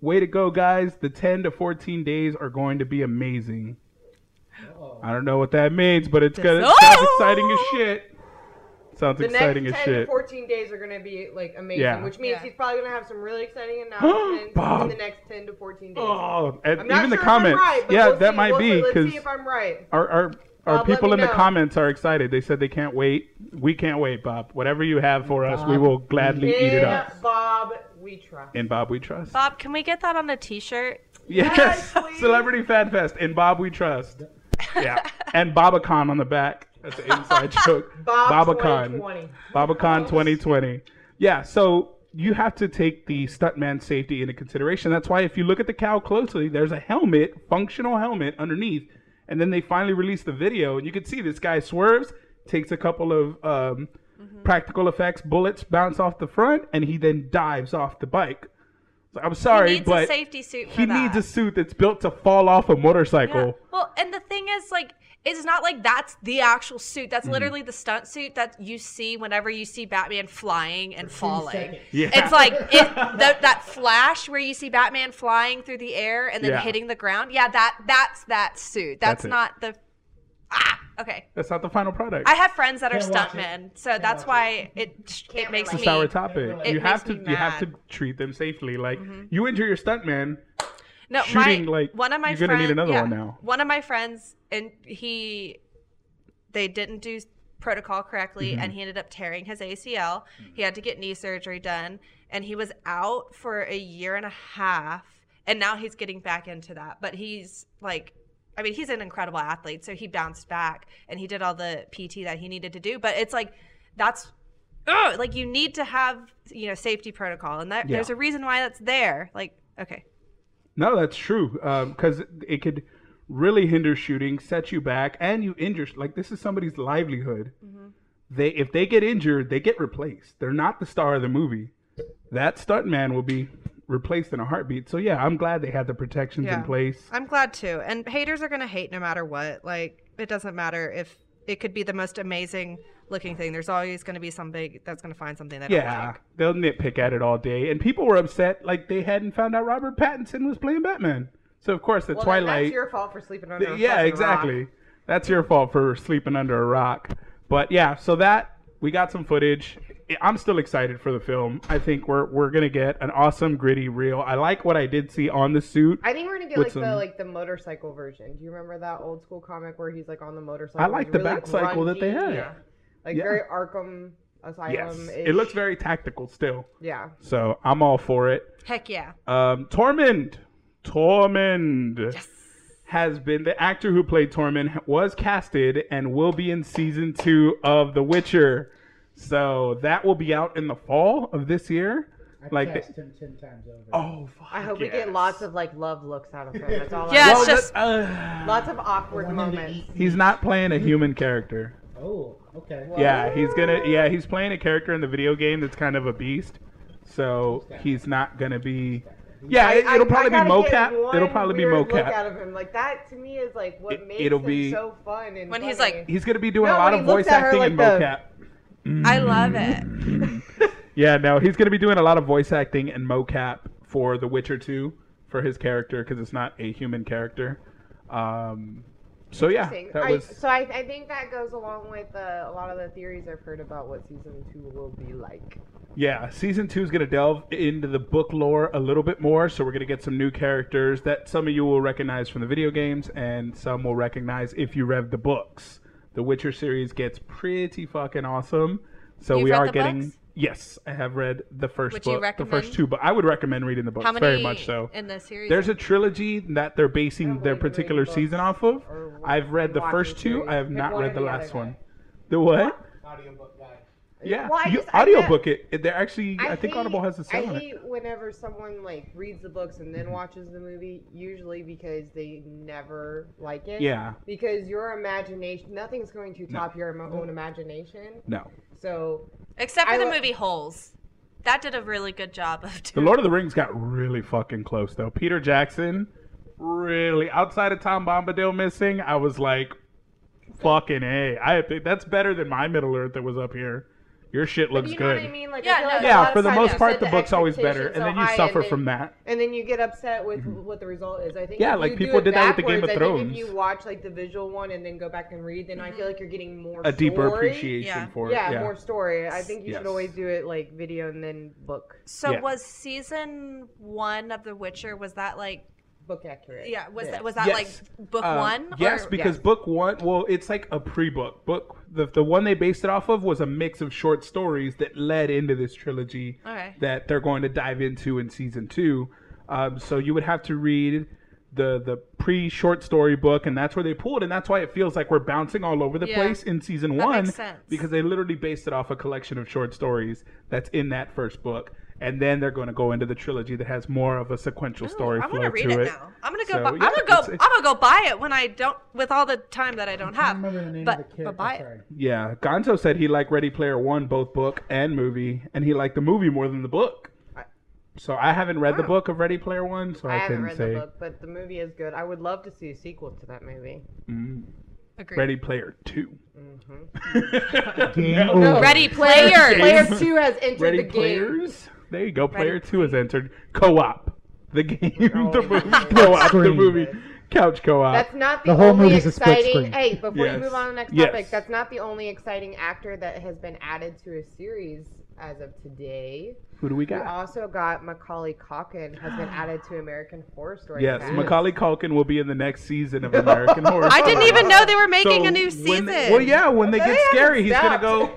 Speaker 1: "Way to go, guys! The 10 to 14 days are going to be amazing."
Speaker 4: Oh.
Speaker 1: I don't know what that means, but it's gonna
Speaker 3: This-
Speaker 1: sounds
Speaker 3: Oh!
Speaker 1: exciting as shit. Sounds
Speaker 4: The
Speaker 1: exciting as
Speaker 4: next 10 to
Speaker 1: shit.
Speaker 4: 14 days are going to be like amazing,
Speaker 1: Yeah.
Speaker 4: which means
Speaker 3: Yeah.
Speaker 4: he's probably going to have some really
Speaker 1: [GASPS]
Speaker 4: exciting announcements
Speaker 1: Bob.
Speaker 4: in the next 10 to 14 days.
Speaker 1: Oh, and
Speaker 4: I'm
Speaker 1: even
Speaker 4: not
Speaker 1: the
Speaker 4: sure
Speaker 1: comments.
Speaker 4: If I'm right, but
Speaker 1: yeah,
Speaker 4: we'll
Speaker 1: that
Speaker 4: see.
Speaker 1: might
Speaker 4: we'll
Speaker 1: be
Speaker 4: See. Let's
Speaker 1: because
Speaker 4: see if I'm right.
Speaker 1: Our our, our
Speaker 4: Bob, let
Speaker 1: people
Speaker 4: me
Speaker 1: in the
Speaker 4: know.
Speaker 1: comments are excited. They said they can't wait. We can't wait, Bob. Whatever you have for us, we
Speaker 2: Bob,
Speaker 1: will gladly eat it
Speaker 4: In
Speaker 1: up.
Speaker 4: Bob, we trust.
Speaker 1: In Bob we trust.
Speaker 3: Bob, can we get that on a t-shirt?
Speaker 1: yes,
Speaker 4: Yes,
Speaker 1: [LAUGHS]
Speaker 4: please.
Speaker 1: celebrity fan fest. In Bob we trust. Yeah, and Babacon on the back. That's an inside joke.
Speaker 4: Bob
Speaker 1: Babacon.
Speaker 4: 2020.
Speaker 1: Babacon 2020. Yeah, so you have to take the stuntman safety into consideration. That's why if you look at the cow closely, there's a helmet, functional helmet underneath. And then they finally release the video, and you can see this guy swerves, takes a couple of um, practical effects bullets bounce off the front, and he then dives off the bike. So I'm sorry,
Speaker 3: he needs
Speaker 1: but
Speaker 3: a safety suit for
Speaker 1: he
Speaker 3: that.
Speaker 1: needs a suit that's built to fall off a motorcycle.
Speaker 3: Yeah. Well, and the thing is, like, it's not like that's the actual suit.
Speaker 1: Mm-hmm.
Speaker 3: That's literally the stunt suit that you see whenever you see Batman flying and falling.
Speaker 2: seconds.
Speaker 1: Yeah.
Speaker 3: It's like
Speaker 1: [LAUGHS]
Speaker 3: it, th- that flash where you see Batman flying through the air and then
Speaker 1: Yeah.
Speaker 3: hitting the ground. Yeah, that that's that suit.
Speaker 1: That's
Speaker 3: That's,
Speaker 1: it.
Speaker 3: not the Ah, okay.
Speaker 1: That's not the final product.
Speaker 3: I have friends that are
Speaker 2: Can't watch it.
Speaker 3: stuntmen, so
Speaker 2: Can't
Speaker 3: that's
Speaker 2: watch
Speaker 3: why it it
Speaker 4: Can't
Speaker 3: makes
Speaker 1: it's a
Speaker 3: me.
Speaker 4: relate.
Speaker 1: sour topic.
Speaker 2: It
Speaker 1: you
Speaker 3: makes
Speaker 1: have to
Speaker 3: me
Speaker 1: you have to
Speaker 3: mad. Mm-hmm.
Speaker 1: treat them safely. Like you injure your stuntman,
Speaker 3: No,
Speaker 1: shooting,
Speaker 3: my,
Speaker 1: like,
Speaker 3: one of my
Speaker 1: you're gonna need
Speaker 3: friend-
Speaker 1: another
Speaker 3: yeah.
Speaker 1: one now.
Speaker 3: One of my friends and he they didn't do protocol correctly
Speaker 1: Mm-hmm.
Speaker 3: and he ended up tearing his ACL. He had to get knee surgery done and he was out for a year and a half and now he's getting back into that. But he's like I mean, he's an incredible athlete, so he bounced back and he did all the PT that he needed to do, but it's like that's ugh, like you need to have, you know, safety protocol and that,
Speaker 1: Yeah.
Speaker 3: there's a reason why that's there. Like, okay.
Speaker 1: No, that's true. Because it could really hinder shooting, set you back, and you injure. Like this is somebody's livelihood.
Speaker 3: Mm-hmm.
Speaker 1: They if they get injured, they get replaced. They're not the star of the movie. That stuntman will be replaced in a heartbeat. So yeah, I'm glad they had the protections in
Speaker 3: Yeah.
Speaker 1: place.
Speaker 3: I'm glad too. And haters are going to hate no matter what. Like, it doesn't matter if it could be the most amazing looking thing. There's always going to be somebody that's going to find something that
Speaker 1: Yeah, they'll nitpick at it all day. And people were upset like they hadn't found out Robert Pattinson was playing Batman. So of course, at
Speaker 4: Well, then
Speaker 1: Twilight,
Speaker 4: That's your fault for sleeping under.
Speaker 1: Th-
Speaker 4: a
Speaker 1: yeah
Speaker 4: fucking rock.
Speaker 1: exactly that's your fault for sleeping under a rock but yeah so that we got some footage I- i'm still excited for the film i think we're we're gonna get an awesome gritty reel i like what i did see on the suit
Speaker 4: I think we're gonna get
Speaker 1: With
Speaker 4: like
Speaker 1: some-
Speaker 4: the like the motorcycle version. Do you remember that old school comic where he's like on the motorcycle?
Speaker 1: I like
Speaker 4: He's
Speaker 1: the
Speaker 4: really
Speaker 1: back cycle that they
Speaker 4: grungy,
Speaker 1: had.
Speaker 4: Like
Speaker 1: Yeah.
Speaker 4: very Arkham
Speaker 1: yes
Speaker 4: Asylum.
Speaker 1: it looks very tactical still
Speaker 4: Yeah.
Speaker 1: so i'm all for it
Speaker 3: Heck yeah.
Speaker 1: um tormund tormund
Speaker 3: Yes.
Speaker 1: has been the actor who played Tormund was casted and will be in season two of The Witcher. So that will be out in the fall of this year.
Speaker 2: I
Speaker 1: Like the-
Speaker 2: cast him ten times over.
Speaker 1: oh, fuck
Speaker 4: I hope we
Speaker 1: yes.
Speaker 4: get lots of like love looks out of him. That's all.
Speaker 3: Yeah,
Speaker 4: I
Speaker 3: it's
Speaker 1: Well,
Speaker 4: want.
Speaker 3: just-
Speaker 1: that- uh,
Speaker 4: lots of awkward
Speaker 2: I want him to
Speaker 4: moments.
Speaker 2: eat-
Speaker 1: he's not playing a human character.
Speaker 2: Oh, okay.
Speaker 1: Yeah, he's gonna. Yeah, he's playing a character in the video game that's kind of a beast. So he's not gonna be. Yeah, it,
Speaker 4: I-
Speaker 1: it'll probably
Speaker 4: I
Speaker 1: be
Speaker 4: gotta get
Speaker 1: mocap.
Speaker 4: one
Speaker 1: It'll probably be
Speaker 4: weird look
Speaker 1: mocap.
Speaker 4: out of him. Like that to me is like what
Speaker 1: It-
Speaker 4: makes
Speaker 1: it'll
Speaker 4: him
Speaker 1: be-
Speaker 4: so fun and
Speaker 3: When he's
Speaker 4: funny.
Speaker 3: like-
Speaker 1: He's gonna be doing
Speaker 4: No,
Speaker 1: a lot
Speaker 4: when
Speaker 1: of
Speaker 4: he looks
Speaker 1: voice
Speaker 4: at her
Speaker 1: acting
Speaker 4: like
Speaker 1: in
Speaker 4: the-
Speaker 1: mocap.
Speaker 3: I love it.
Speaker 1: [LAUGHS] Yeah, no, he's going to be doing a lot of voice acting and mocap for The Witcher 2 for his character because it's not a human character. Um, so yeah,
Speaker 4: Interesting.
Speaker 1: that
Speaker 4: I,
Speaker 1: was
Speaker 4: so I, I think that goes along with uh, a lot of the theories I've heard about what season two will be like.
Speaker 1: yeah. Season two is going to delve into the book lore a little bit more, so we're going to get some new characters that some of you will recognize from the video games, and some will recognize if you read the books. The Witcher series gets pretty fucking awesome, so
Speaker 3: You've
Speaker 1: we
Speaker 3: read
Speaker 1: are
Speaker 3: the
Speaker 1: getting.
Speaker 3: books?
Speaker 1: Yes, I have read the first
Speaker 3: Would you
Speaker 1: book, the first
Speaker 3: recommend?
Speaker 1: two, but I would recommend reading the books
Speaker 3: How many
Speaker 1: very much so.
Speaker 3: in the series?
Speaker 1: There's a trilogy that they're basing
Speaker 4: Probably
Speaker 1: their
Speaker 4: read the
Speaker 1: particular
Speaker 4: books
Speaker 1: season off of.
Speaker 4: or
Speaker 1: I've read the
Speaker 4: watch the
Speaker 1: first two.
Speaker 4: series.
Speaker 1: I have
Speaker 4: Pick
Speaker 1: not
Speaker 4: one or
Speaker 1: read the
Speaker 4: the other
Speaker 1: last
Speaker 4: guy.
Speaker 1: one. The what?
Speaker 2: Audiobook guy.
Speaker 1: Yeah,
Speaker 4: Well, I
Speaker 1: you
Speaker 4: just- I
Speaker 1: audiobook it. It- They're actually. I, think
Speaker 4: hate-
Speaker 1: Audible has a sale
Speaker 4: I
Speaker 1: on it.
Speaker 4: hate whenever someone like reads the books and then watches the movie, usually because they never like it.
Speaker 1: Yeah.
Speaker 4: Because your imagination, nothing's going to
Speaker 1: No.
Speaker 4: top your im- own imagination.
Speaker 1: No,
Speaker 4: So
Speaker 3: Except for
Speaker 4: I
Speaker 3: the
Speaker 4: lo-
Speaker 3: movie Holes. That did a really good job of
Speaker 1: the
Speaker 3: doing
Speaker 1: Lord of the Rings got really fucking close though. Peter Jackson, really outside of Tom Bombadil missing, I was like, fucking a. I that's better than my Middle Earth that was up here. Your shit
Speaker 4: but
Speaker 1: looks
Speaker 4: you know
Speaker 1: good.
Speaker 4: what I mean? Like, I
Speaker 3: Yeah,
Speaker 4: feel
Speaker 3: no,
Speaker 4: like a lot
Speaker 1: Yeah,
Speaker 4: of
Speaker 1: for the
Speaker 4: times
Speaker 1: most
Speaker 4: you
Speaker 1: part,
Speaker 4: set
Speaker 1: the book's always better,
Speaker 4: expectations
Speaker 1: and then
Speaker 4: so
Speaker 1: you
Speaker 4: high,
Speaker 1: suffer
Speaker 4: then-
Speaker 1: from that.
Speaker 4: And then you get upset with what the result is. I think
Speaker 1: Mm-hmm. Yeah,
Speaker 4: if
Speaker 1: like
Speaker 4: you do
Speaker 1: people
Speaker 4: it
Speaker 1: did that with the Game
Speaker 4: backwards,
Speaker 1: of
Speaker 4: I think
Speaker 1: Thrones.
Speaker 4: if you watch like the visual one and then go back and read, then I
Speaker 3: Mm-hmm.
Speaker 4: feel like you're getting more
Speaker 1: A deeper
Speaker 4: story.
Speaker 1: appreciation
Speaker 3: Yeah.
Speaker 1: for it.
Speaker 4: Yeah, more story. I think you
Speaker 1: Yes.
Speaker 4: should always do it like video and then book,
Speaker 3: So
Speaker 1: Yeah.
Speaker 3: was season 1 of The Witcher was that like
Speaker 4: book accurate.
Speaker 3: yeah, was
Speaker 4: Yeah.
Speaker 3: that was that
Speaker 1: Yes.
Speaker 3: like book
Speaker 1: Uh,
Speaker 3: 1
Speaker 1: Yes,
Speaker 3: or
Speaker 1: because
Speaker 4: Yes.
Speaker 1: book one. Well, it's like a pre-book book. The the one they based it off of was a mix of short stories that led into this trilogy
Speaker 3: Okay.
Speaker 1: that they're going to dive into in season two. Um, so you would have to read the the pre short story book, and that's where they pulled, and that's why it feels like we're bouncing all over the
Speaker 3: Yeah.
Speaker 1: place in season
Speaker 3: That
Speaker 1: one
Speaker 3: makes sense.
Speaker 1: because they literally based it off a collection of short stories that's in that first book. And then they're going to go into the trilogy that has more of a sequential story
Speaker 3: I'm
Speaker 1: flow
Speaker 3: gonna read
Speaker 1: to it.
Speaker 3: it, now. I'm gonna go.
Speaker 1: So, yeah,
Speaker 3: buy, I'm gonna go.
Speaker 1: it's- it's-
Speaker 3: I'm gonna go buy it when I don't, with all the time that I don't
Speaker 2: I
Speaker 3: have.
Speaker 2: don't remember the name
Speaker 3: but,
Speaker 2: of the character.
Speaker 3: but buy it.
Speaker 2: Sorry.
Speaker 1: Yeah, Gonzo said he liked Ready Player One, both book and movie, and he liked the movie more than the book.
Speaker 4: I-
Speaker 1: So I haven't read the
Speaker 4: Wow.
Speaker 1: book of Ready Player One, so I,
Speaker 4: I haven't
Speaker 1: can
Speaker 4: read
Speaker 1: say
Speaker 4: the book, but the movie is good. I would love to see a sequel to that movie.
Speaker 1: mm,
Speaker 3: Agreed.
Speaker 1: Ready Player
Speaker 3: [LAUGHS]
Speaker 1: 2
Speaker 4: Mm-hmm.
Speaker 2: Game
Speaker 1: No.
Speaker 2: over.
Speaker 3: Ready
Speaker 1: Oh. Player
Speaker 4: [LAUGHS] Player
Speaker 1: Games.
Speaker 4: two has entered
Speaker 1: Ready
Speaker 4: the game.
Speaker 1: Players. There you go. Player Two has entered co-op. The game, [LAUGHS]
Speaker 4: Oh,
Speaker 1: the movie,
Speaker 4: my
Speaker 1: co-op, the
Speaker 2: Scream.
Speaker 1: movie. Couch co-op.
Speaker 4: That's not the,
Speaker 2: The whole
Speaker 4: only
Speaker 2: movie's a split
Speaker 4: exciting.
Speaker 2: screen.
Speaker 4: Hey, before
Speaker 1: Yes.
Speaker 4: you move on to the next
Speaker 1: Yes.
Speaker 4: topic, that's not the only exciting actor that has been added to a series as of today.
Speaker 1: Who do we
Speaker 4: We
Speaker 1: got?
Speaker 4: also got Macaulay Culkin has [GASPS] been added to American Horror Story.
Speaker 1: Yes,
Speaker 4: Cast.
Speaker 1: Macaulay Culkin will be in the next season of American
Speaker 4: [LAUGHS]
Speaker 1: Horror.
Speaker 3: I didn't
Speaker 1: Story.
Speaker 3: even know they were making
Speaker 1: So
Speaker 3: a new
Speaker 1: when
Speaker 3: season.
Speaker 1: they- well, yeah, when they
Speaker 4: They
Speaker 1: get
Speaker 4: haven't
Speaker 1: scary, he's gonna
Speaker 4: stopped.
Speaker 1: go.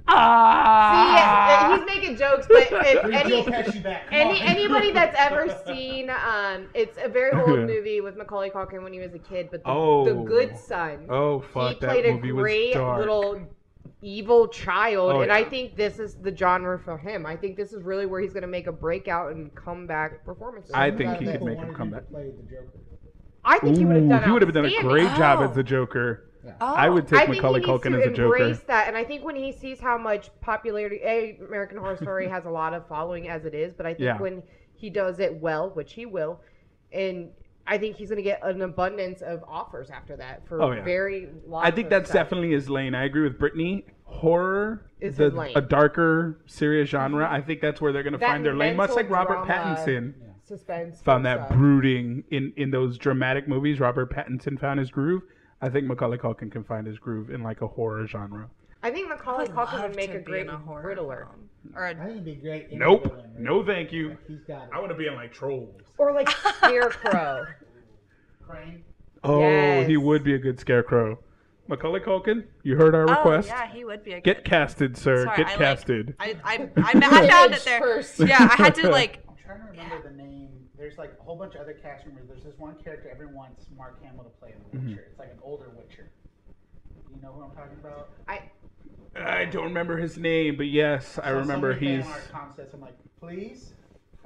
Speaker 4: See,
Speaker 1: Ah.
Speaker 4: uh, he's making jokes, [LAUGHS] but if
Speaker 2: Bring Joe
Speaker 4: any,
Speaker 2: Pesci back. Come
Speaker 4: any
Speaker 2: on. [LAUGHS]
Speaker 4: anybody that's ever seen, um, it's a very old movie with Macaulay Culkin when he was a kid, but the, the
Speaker 1: Oh.
Speaker 4: Good Son.
Speaker 1: Oh fuck!
Speaker 4: he played
Speaker 1: that
Speaker 4: a
Speaker 1: movie
Speaker 4: great
Speaker 1: was dark.
Speaker 4: little evil child,
Speaker 1: Oh,
Speaker 4: and
Speaker 1: yeah.
Speaker 4: I think this is the genre for him. I think this is really where he's going to make a breakout and comeback performance.
Speaker 1: I
Speaker 4: I,
Speaker 1: think he
Speaker 2: Somebody
Speaker 1: could make
Speaker 2: wanted
Speaker 1: him
Speaker 2: you
Speaker 1: come
Speaker 2: to
Speaker 1: back.
Speaker 2: play the Joker.
Speaker 4: think he would have done.
Speaker 1: Ooh, he would have done a
Speaker 4: outstanding.
Speaker 1: great job
Speaker 3: Oh.
Speaker 1: as the Joker.
Speaker 3: oh,
Speaker 1: I would take
Speaker 4: I think
Speaker 1: Macaulay
Speaker 4: he needs
Speaker 1: Culkin
Speaker 4: to
Speaker 1: as a Joker.
Speaker 4: embrace that, and I think when he sees how much popularity A, American Horror Story has a lot of following as it is, but I think
Speaker 1: Yeah.
Speaker 4: when he does it well, which he will, and I think he's going to get an abundance of offers after that for
Speaker 1: Oh, yeah.
Speaker 4: very long.
Speaker 1: I think that's definitely his lane. I agree with Brittany. Horror
Speaker 4: Is
Speaker 1: the,
Speaker 4: his lane.
Speaker 1: a darker, serious genre. I think that's where they're gonna
Speaker 4: That
Speaker 1: find their lane, much like
Speaker 4: mental
Speaker 1: Robert
Speaker 4: drama.
Speaker 1: Pattinson.
Speaker 4: suspense.
Speaker 1: found that
Speaker 4: stuff.
Speaker 1: brooding in in those dramatic movies. Robert Pattinson found his groove. I think Macaulay Culkin can find his groove in like a horror genre.
Speaker 4: I think Macaulay
Speaker 3: would
Speaker 4: Culkin
Speaker 3: love
Speaker 4: would make
Speaker 3: to
Speaker 4: a
Speaker 3: be
Speaker 4: great
Speaker 3: in a horror
Speaker 4: Riddler,
Speaker 3: film. Or
Speaker 2: I
Speaker 3: a,
Speaker 2: think it'd be great. in
Speaker 1: Nope.
Speaker 2: Villain, right?
Speaker 1: No, thank you.
Speaker 2: Like, he's got it.
Speaker 1: I want to be in like Trolls.
Speaker 4: or
Speaker 3: [LAUGHS]
Speaker 4: like Scarecrow.
Speaker 2: Crane.
Speaker 1: Oh, he
Speaker 4: Yes.
Speaker 1: would be a good scarecrow. Macaulay Culkin, you heard our request.
Speaker 3: Oh, yeah, he would be a
Speaker 1: Get
Speaker 3: good.
Speaker 1: casted, sir.
Speaker 3: Sorry,
Speaker 1: Get
Speaker 3: I, like-
Speaker 1: casted.
Speaker 3: I, I, I, [LAUGHS] I found it
Speaker 4: Image
Speaker 3: there.
Speaker 4: first.
Speaker 3: Yeah, I
Speaker 1: [LAUGHS]
Speaker 3: had to like.
Speaker 2: I'm trying to remember the name. There's like a whole bunch of other cast members. There's this one character everyone wants Mark Hamill to play in The
Speaker 1: Mm-hmm.
Speaker 2: Witcher. It's like an older Witcher. You know who I'm talking about?
Speaker 4: I
Speaker 1: I don't remember his name, but yes, I
Speaker 2: So
Speaker 1: remember
Speaker 2: somebody
Speaker 1: he's.
Speaker 2: fan art comments, I'm like, please.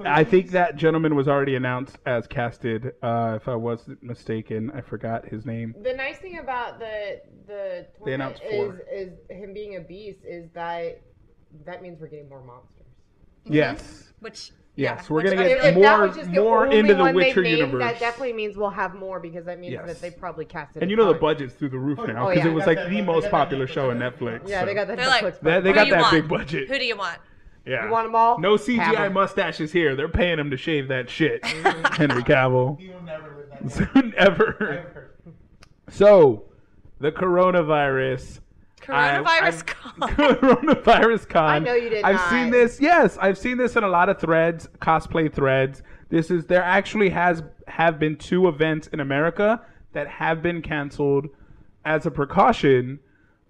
Speaker 1: I think
Speaker 2: Please?"
Speaker 1: that gentleman was already announced as casted. Uh, if I wasn't mistaken, I forgot his name.
Speaker 4: the nice thing about the the
Speaker 1: They
Speaker 4: tournament
Speaker 1: announced
Speaker 4: is,
Speaker 1: four.
Speaker 4: is him being a beast is that that means we're getting more monsters.
Speaker 1: Yes.
Speaker 3: Which.
Speaker 1: Yes,
Speaker 3: yeah,
Speaker 1: we're
Speaker 3: which
Speaker 1: gonna
Speaker 3: I
Speaker 1: get
Speaker 4: If-
Speaker 3: really-
Speaker 4: if that
Speaker 1: more-
Speaker 4: was just the
Speaker 1: more
Speaker 4: only
Speaker 1: into the
Speaker 4: one they
Speaker 1: Witcher
Speaker 4: named,
Speaker 1: universe.
Speaker 4: That definitely means we'll have more because that means
Speaker 1: Yes.
Speaker 4: that they probably casted.
Speaker 1: And
Speaker 4: a
Speaker 1: you know the
Speaker 4: ton.
Speaker 1: budget's through the roof
Speaker 2: Oh,
Speaker 1: now
Speaker 4: oh,
Speaker 1: because
Speaker 4: yeah.
Speaker 1: it was
Speaker 2: They got
Speaker 1: like
Speaker 2: that
Speaker 1: the
Speaker 2: bu-
Speaker 1: most
Speaker 2: they got that
Speaker 1: popular
Speaker 2: Netflix
Speaker 1: show on
Speaker 2: budget.
Speaker 1: Netflix.
Speaker 4: Yeah, they
Speaker 1: so-
Speaker 4: got that.
Speaker 3: They're like,
Speaker 4: Netflix
Speaker 1: They, they
Speaker 4: budget.
Speaker 1: got
Speaker 3: you
Speaker 1: that
Speaker 3: want?
Speaker 1: big budget.
Speaker 3: Who do you want?
Speaker 1: yeah.
Speaker 4: You want them all?
Speaker 1: no
Speaker 4: Have
Speaker 1: CGI
Speaker 4: 'em.
Speaker 1: mustaches here. They're paying him to shave that shit. Henry Cavill. [LAUGHS]
Speaker 2: He will never live that down.
Speaker 1: Soon ever.
Speaker 2: Ever.
Speaker 1: So, the coronavirus. I-
Speaker 3: Coronavirus
Speaker 1: I'm-
Speaker 3: call.
Speaker 1: [LAUGHS] Coronavirus con.
Speaker 4: I know you did
Speaker 1: I've
Speaker 4: not.
Speaker 1: seen this. Yes, I've seen this in a lot of threads, cosplay threads. This is there actually has have been two events in America that have been canceled as a precaution.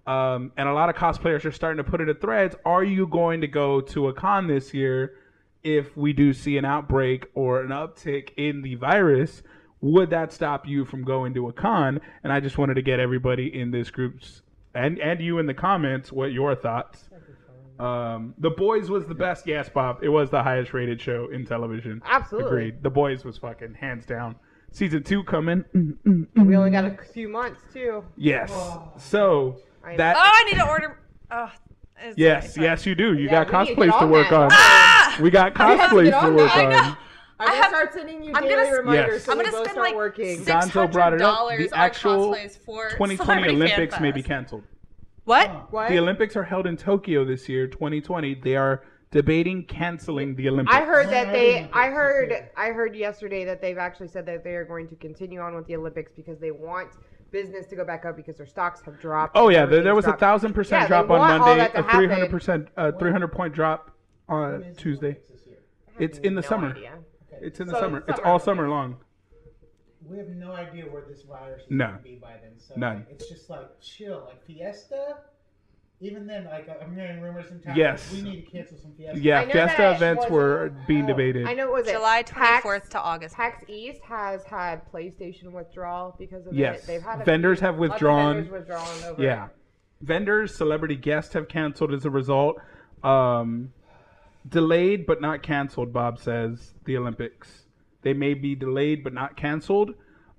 Speaker 1: Um, and a lot of cosplayers are starting to put it in threads. Are you going to go to a con this year if we do see an outbreak or an uptick in the virus? Would that stop you from going to a con? And I just wanted to get everybody in this group's and and you in the comments what your thoughts. Um, the Boys was the best. Yes, Bob. It was the highest rated show in television.
Speaker 4: Absolutely.
Speaker 1: Agreed. The Boys was fucking hands down. Season two coming. [CLEARS THROAT]
Speaker 4: We only got a few months too.
Speaker 1: Yes. So
Speaker 4: I-
Speaker 1: that
Speaker 3: Oh, I need to order. Oh, it's-
Speaker 1: Yes,
Speaker 3: sorry.
Speaker 1: yes, you do. You
Speaker 4: Yeah,
Speaker 1: got
Speaker 4: we need to get
Speaker 1: cosplays to
Speaker 4: on
Speaker 1: work
Speaker 4: that.
Speaker 1: on.
Speaker 3: Ah!
Speaker 1: We got
Speaker 4: get
Speaker 1: cosplays to
Speaker 4: on
Speaker 1: work
Speaker 4: that.
Speaker 3: I
Speaker 4: [LAUGHS]
Speaker 3: know.
Speaker 1: on. [LAUGHS]
Speaker 4: I'm
Speaker 3: have-
Speaker 4: gonna start sending you
Speaker 3: I'm
Speaker 4: daily
Speaker 3: gonna s-
Speaker 4: reminders
Speaker 1: Yes.
Speaker 4: so
Speaker 3: I'm
Speaker 4: we
Speaker 3: gonna
Speaker 4: both
Speaker 3: spend
Speaker 4: start
Speaker 3: like
Speaker 4: working.
Speaker 1: Gonzo
Speaker 3: six
Speaker 1: brought
Speaker 3: hundred
Speaker 1: it up. The
Speaker 3: dollars on
Speaker 1: actual
Speaker 3: cosplays for
Speaker 1: 2020
Speaker 3: Celebrity
Speaker 1: Olympics
Speaker 3: Fan
Speaker 1: may be
Speaker 3: Fest.
Speaker 1: canceled.
Speaker 3: What?
Speaker 4: What?
Speaker 1: The Olympics are held in Tokyo this year, 2020. They are debating canceling the Olympics.
Speaker 4: I heard
Speaker 2: When
Speaker 4: that
Speaker 2: are
Speaker 4: they.
Speaker 2: the
Speaker 4: I
Speaker 2: Olympics this
Speaker 4: heard.
Speaker 2: year?
Speaker 4: I heard yesterday that they've actually said that they are going to continue on with the Olympics because they want business to go back up because their stocks have dropped.
Speaker 1: Oh yeah, there,
Speaker 4: everything's
Speaker 1: there was a
Speaker 4: dropped.
Speaker 1: thousand
Speaker 4: Yeah,
Speaker 1: percent
Speaker 4: they
Speaker 1: drop on
Speaker 4: want all
Speaker 1: Monday,
Speaker 4: that to
Speaker 1: a
Speaker 4: happen.
Speaker 1: 300 percent, uh, 300 point drop
Speaker 2: Who
Speaker 1: on
Speaker 2: is the
Speaker 1: Tuesday.
Speaker 2: Olympics this year?
Speaker 1: It's in the
Speaker 4: No
Speaker 1: summer.
Speaker 4: idea.
Speaker 2: Okay.
Speaker 1: It's in the
Speaker 4: So
Speaker 1: summer.
Speaker 4: it's
Speaker 1: It's
Speaker 4: summer.
Speaker 1: all summer long.
Speaker 2: We have no idea where this virus is
Speaker 1: No.
Speaker 2: going to be by then. So
Speaker 1: None.
Speaker 2: like, it's just like chill. Like Fiesta, even then, like I'm hearing rumors in town.
Speaker 1: Yes.
Speaker 2: Like, we need to cancel some Fiesta.
Speaker 1: Yeah,
Speaker 4: I know
Speaker 1: Fiesta
Speaker 4: that
Speaker 1: events
Speaker 4: was-
Speaker 1: were being
Speaker 2: oh,
Speaker 1: debated.
Speaker 4: I know what was it
Speaker 3: July twenty
Speaker 4: PAX-
Speaker 3: fourth to August.
Speaker 4: PAX East has had PlayStation withdrawal because of
Speaker 1: Yes.
Speaker 4: it. They've had a
Speaker 1: Vendors
Speaker 4: few-
Speaker 1: have
Speaker 4: lots of
Speaker 1: withdrawn.
Speaker 4: vendors withdrawn over
Speaker 1: Yeah.
Speaker 4: it.
Speaker 1: Vendors, celebrity guests have canceled as a result. Um, delayed but not canceled, Bob says, the Olympics. They may be delayed but not canceled.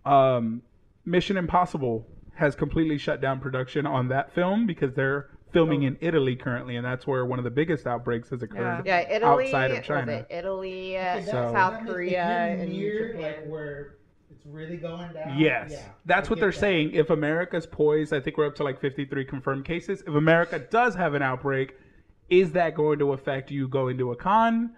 Speaker 1: Um, Mission Impossible has completely shut down production on that film because they're filming
Speaker 4: Oh.
Speaker 1: in Italy currently, and that's where one of the biggest outbreaks has occurred
Speaker 4: Yeah, Italy
Speaker 1: outside
Speaker 4: what
Speaker 1: of
Speaker 4: was
Speaker 1: China.
Speaker 4: it?
Speaker 2: Okay,
Speaker 4: Italy, uh,
Speaker 2: that's-
Speaker 1: So-
Speaker 2: that
Speaker 4: South
Speaker 2: means
Speaker 4: Korea,
Speaker 2: if you're
Speaker 4: and
Speaker 2: near,
Speaker 4: Japan.
Speaker 2: like where it's really going down.
Speaker 1: Yes,
Speaker 2: yeah,
Speaker 1: that's
Speaker 2: I
Speaker 1: what
Speaker 2: get
Speaker 1: they're
Speaker 2: that.
Speaker 1: saying. If America's poised, I think we're up to like 53 confirmed cases. If America does have an outbreak, is that going to affect you going to a con?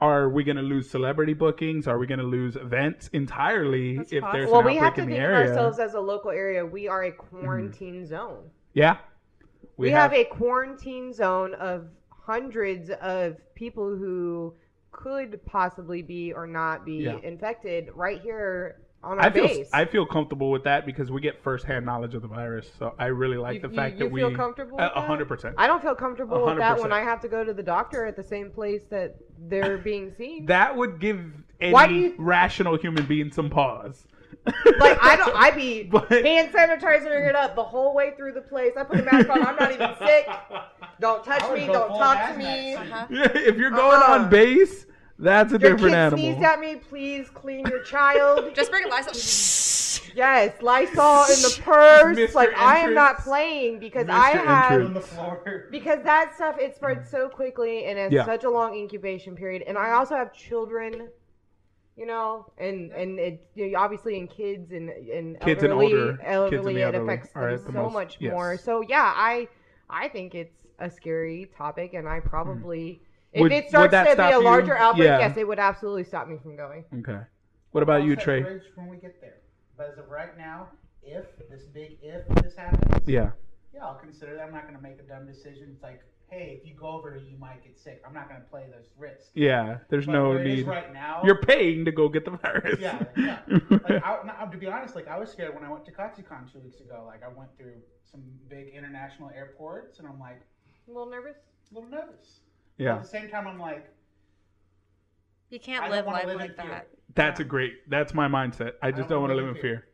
Speaker 1: Are we going to lose celebrity bookings? Are we going to lose events entirely
Speaker 3: That's
Speaker 1: if there's
Speaker 3: possible.
Speaker 1: an
Speaker 4: well, we have
Speaker 1: outbreak
Speaker 4: to
Speaker 1: in the
Speaker 4: think of
Speaker 1: area? Mm-hmm.
Speaker 4: ourselves as a local area. We are a quarantine zone.
Speaker 1: yeah,
Speaker 4: We, have, a quarantine zone of hundreds of people who could possibly be or not be
Speaker 1: Yeah.
Speaker 4: infected right here on our
Speaker 1: I feel
Speaker 4: base.
Speaker 1: I feel comfortable with that because we get firsthand knowledge of the virus. So I really like the
Speaker 4: You- you-
Speaker 1: fact
Speaker 4: you
Speaker 1: that we
Speaker 4: feel comfortable with
Speaker 1: a
Speaker 4: that?
Speaker 1: hundred percent.
Speaker 4: I don't feel comfortable with that when
Speaker 1: 100%.
Speaker 4: I have to go to the doctor at the same place that
Speaker 1: [LAUGHS]
Speaker 4: they're being seen.
Speaker 1: That would give any
Speaker 4: Why do you-
Speaker 1: rational human being some pause.
Speaker 4: like I don't, I be
Speaker 1: [LAUGHS] But-
Speaker 4: hand sanitizing it up the whole way through the place. I put a mask on. I'm not even
Speaker 1: [LAUGHS]
Speaker 4: sick. Don't touch
Speaker 2: I would
Speaker 4: me.
Speaker 2: go
Speaker 4: Don't
Speaker 2: full
Speaker 4: talk to
Speaker 2: hazmat
Speaker 4: me. Uh-huh.
Speaker 2: suit.
Speaker 1: if you're going
Speaker 2: Uh,
Speaker 4: Uh-uh.
Speaker 1: on base, that's a
Speaker 4: Your kid
Speaker 1: different animal.
Speaker 4: sneezed at me. Please clean
Speaker 2: [LAUGHS]
Speaker 4: your child.
Speaker 3: Just bring a [LAUGHS] Lysol.
Speaker 4: yes, Lysol
Speaker 1: [LAUGHS]
Speaker 4: in the purse.
Speaker 1: Mr.
Speaker 4: Like I am not
Speaker 1: Entrance.
Speaker 4: playing because
Speaker 1: Mr.
Speaker 4: I have
Speaker 1: Entrance.
Speaker 2: on the floor.
Speaker 4: because that stuff it spreads so quickly and it's
Speaker 1: Yeah.
Speaker 4: such a long incubation period. And I also have children. You know, and and it you know, obviously in kids and and
Speaker 1: Kids and
Speaker 4: elderly,
Speaker 1: older- kids and
Speaker 4: elderly,
Speaker 1: the
Speaker 4: it
Speaker 1: elderly
Speaker 4: affects
Speaker 1: are
Speaker 4: them
Speaker 1: at
Speaker 4: so
Speaker 1: the most-
Speaker 4: much
Speaker 1: yes.
Speaker 4: more. So yeah, I I think it's a scary topic, and I probably if
Speaker 1: Mm. Would-
Speaker 4: it
Speaker 1: would
Speaker 4: starts
Speaker 1: that
Speaker 4: to be
Speaker 1: stop
Speaker 4: a
Speaker 1: you?
Speaker 4: larger outbreak,
Speaker 1: Yeah.
Speaker 4: yes, it would absolutely stop me from going.
Speaker 1: Okay. What about you,
Speaker 2: Cross that
Speaker 1: Trey?
Speaker 2: bridge When we get there, but as of right now, if this big if this happens,
Speaker 1: Yeah.
Speaker 2: yeah, I'll consider that. I'm not gonna make a dumb decision. It's like, hey, if you go over, you might get sick. I'm not gonna play those risks.
Speaker 1: Yeah. There's
Speaker 2: But
Speaker 1: no
Speaker 2: where it is
Speaker 1: need.
Speaker 2: right now.
Speaker 1: You're paying to go get the virus. [LAUGHS]
Speaker 2: Yeah, yeah. like, I, no, to be honest, like I was scared when I went to KatsuCon two weeks ago. Like I went through some big international airports, and I'm like
Speaker 4: A little nervous.
Speaker 2: a little nervous. But
Speaker 1: yeah.
Speaker 2: At the same time, I'm like,
Speaker 3: You
Speaker 2: I
Speaker 3: can't
Speaker 2: don't
Speaker 3: live
Speaker 2: wanna
Speaker 3: life
Speaker 2: live in
Speaker 3: like
Speaker 2: fear.
Speaker 3: that.
Speaker 1: That's a great. That's my mindset. I just
Speaker 2: don't
Speaker 1: don't want to live in fear.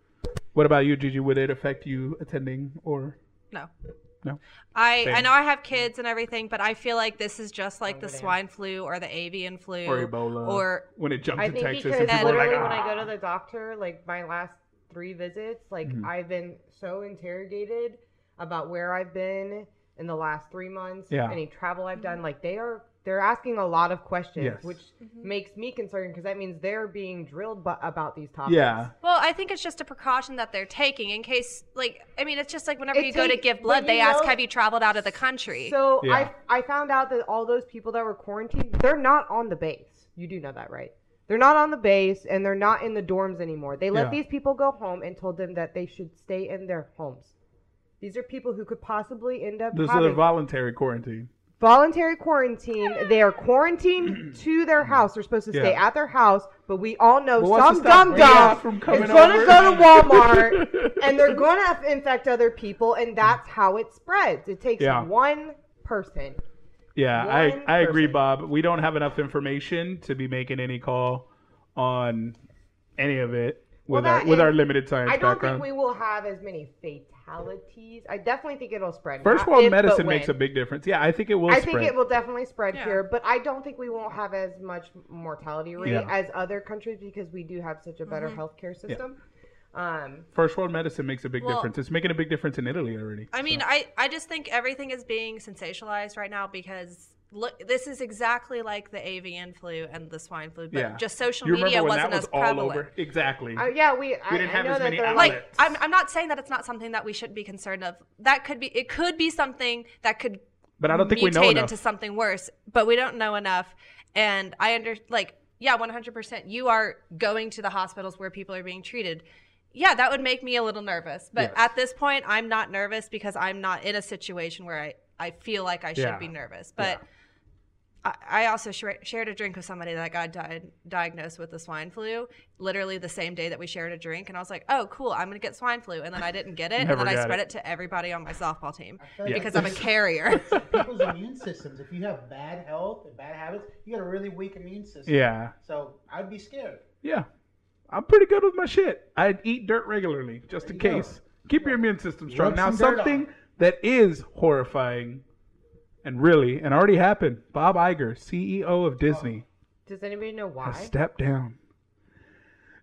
Speaker 1: What about you, Gigi? Would it affect you attending or?
Speaker 3: No.
Speaker 1: No?
Speaker 3: I, I
Speaker 1: Same.
Speaker 3: know I have kids and everything, but I feel like this is just like the
Speaker 4: Over there.
Speaker 3: swine flu or the avian flu
Speaker 1: Or Ebola.
Speaker 3: or-
Speaker 1: when it jumped
Speaker 4: I
Speaker 1: to
Speaker 4: think
Speaker 1: Texas,
Speaker 4: because
Speaker 1: and people were
Speaker 4: literally
Speaker 1: like,
Speaker 4: when
Speaker 1: "Ah."
Speaker 4: I go to the doctor, like my last three visits, like
Speaker 1: Mhm.
Speaker 4: I've been so interrogated about where I've been in the last three months,
Speaker 1: Yeah.
Speaker 4: any travel I've done. Like they are, they're asking a lot of questions,
Speaker 1: Yes.
Speaker 4: which
Speaker 3: Mhm.
Speaker 4: makes me concerned because that means they're being drilled bu- about these topics.
Speaker 1: yeah,
Speaker 3: Well, I think it's just a precaution that they're taking in case, like, I mean, it's just like whenever
Speaker 4: It
Speaker 3: you go to
Speaker 4: takes-
Speaker 3: give
Speaker 4: but
Speaker 3: blood,
Speaker 4: you
Speaker 3: they ask,
Speaker 4: know-
Speaker 3: "Have you traveled out of the country?"
Speaker 4: So
Speaker 1: Yeah.
Speaker 4: I I found out that all those people that were quarantined, they're not on the base. You do know that, right? They're not on the base and they're not in the dorms anymore. They let
Speaker 1: Yeah.
Speaker 4: these people go home and told them that they should stay in their homes. These are people who could possibly end up
Speaker 1: this is a
Speaker 4: having
Speaker 1: voluntary quarantine.
Speaker 4: voluntary quarantine. They are quarantined [CLEARS THROAT] to their house. They're supposed to stay
Speaker 1: Yeah.
Speaker 4: at their house, but we all know
Speaker 1: But what's
Speaker 4: some
Speaker 1: to stop
Speaker 4: dumb
Speaker 1: Rayos
Speaker 4: dumb
Speaker 1: from
Speaker 4: is
Speaker 1: coming
Speaker 4: gonna
Speaker 1: over?
Speaker 4: go to Walmart
Speaker 1: [LAUGHS]
Speaker 4: and they're gonna infect other people, and that's how it spreads. It takes
Speaker 1: Yeah.
Speaker 4: one person.
Speaker 1: Yeah,
Speaker 4: One
Speaker 1: I I agree,
Speaker 4: person.
Speaker 1: Bob. We don't have enough information to be making any call on any of it
Speaker 4: Well,
Speaker 1: with our
Speaker 4: that
Speaker 1: with
Speaker 4: and
Speaker 1: our limited science
Speaker 4: I don't
Speaker 1: background.
Speaker 4: think we will have as many fatalities. I definitely think it'll spread.
Speaker 1: First
Speaker 4: Not
Speaker 1: world
Speaker 4: if, but
Speaker 1: medicine makes a
Speaker 4: when.
Speaker 1: big difference. Yeah, I think it will
Speaker 4: I
Speaker 1: spread.
Speaker 4: think it will definitely spread
Speaker 3: Yeah.
Speaker 4: here, but I don't think we won't have as much mortality rate
Speaker 1: Yeah.
Speaker 4: as other countries because we do have such a better
Speaker 5: Mm-hmm.
Speaker 4: healthcare system. Um,
Speaker 1: First world medicine makes a big
Speaker 3: Well-
Speaker 1: difference. It's making a big difference in Italy already.
Speaker 3: I mean,
Speaker 1: so.
Speaker 3: I, I just think everything is being sensationalized right now because look, this is exactly like the avian flu and the swine flu, but
Speaker 1: Yeah.
Speaker 3: just social
Speaker 1: you remember
Speaker 3: media
Speaker 1: when
Speaker 3: wasn't
Speaker 1: that was
Speaker 3: as
Speaker 1: all
Speaker 3: prevalent.
Speaker 1: over? Exactly.
Speaker 4: uh, yeah, we. I,
Speaker 1: didn't
Speaker 4: I
Speaker 1: have
Speaker 4: know
Speaker 1: as
Speaker 4: that
Speaker 1: many
Speaker 4: they're
Speaker 1: outlets.
Speaker 4: like.
Speaker 3: Like, I'm, I'm not saying that it's not something that we should be concerned of. That could be, it could be something that could
Speaker 1: but I don't think
Speaker 3: mutate
Speaker 1: we know enough.
Speaker 3: into something worse, but we don't know enough. And I under like, yeah, 100%. You are going to the hospitals where people are being treated. Yeah, that would make me a little nervous. But
Speaker 1: Yes.
Speaker 3: at this point, I'm not nervous because I'm not in a situation where I, I feel like I should
Speaker 1: Yeah.
Speaker 3: be nervous. But I, I also shar- shared a drink with somebody that got di- diagnosed with the swine flu literally the same day that we shared a drink. And I was like, oh, cool, I'm going to get swine flu. And then I didn't get it. and
Speaker 1: Never
Speaker 3: then I
Speaker 1: got
Speaker 3: spread
Speaker 1: it.
Speaker 3: it. to everybody on my softball team
Speaker 2: I feel like
Speaker 3: because I'm a
Speaker 2: there's-
Speaker 3: carrier.
Speaker 1: [LAUGHS]
Speaker 2: people's immune systems. If you have bad health and bad habits, you got a really weak immune system.
Speaker 1: yeah,
Speaker 2: So I'd be scared. [LAUGHS]
Speaker 1: yeah. I'm pretty good with my shit. I eat dirt regularly, just in
Speaker 2: There you go.
Speaker 1: case. Keep your immune system strong.
Speaker 2: Rub
Speaker 1: Now,
Speaker 2: some dirt on
Speaker 1: something
Speaker 2: it.
Speaker 1: that is horrifying and really and already happened. Bob Iger, CEO
Speaker 2: Oh.
Speaker 1: of Disney.
Speaker 4: Does anybody know why?
Speaker 1: has stepped down.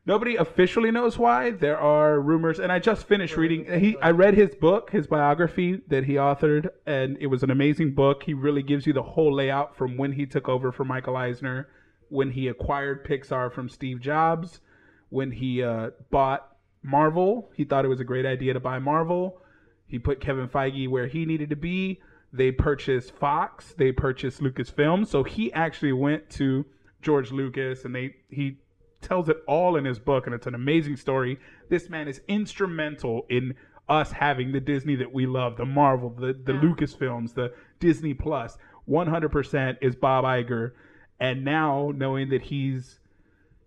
Speaker 1: Nobody officially knows why. There are rumors, and I just finished reading. He, I read his book, his biography that he authored, and it was an amazing book. He really gives you the whole layout from when he took over from Michael Eisner, when he acquired Pixar from Steve Jobs, when he uh, bought Marvel. He thought it was a great idea to buy Marvel. He put Kevin Feige where he needed to be. They purchased Fox. They purchased Lucasfilm. So he actually went to George Lucas, and they he tells it all in his book, and it's an amazing story. This man is instrumental in us having the Disney that we love, the Marvel, the the
Speaker 3: Yeah.
Speaker 1: Lucas films, the Disney Plus. One hundred percent is Bob Iger, and now knowing that he's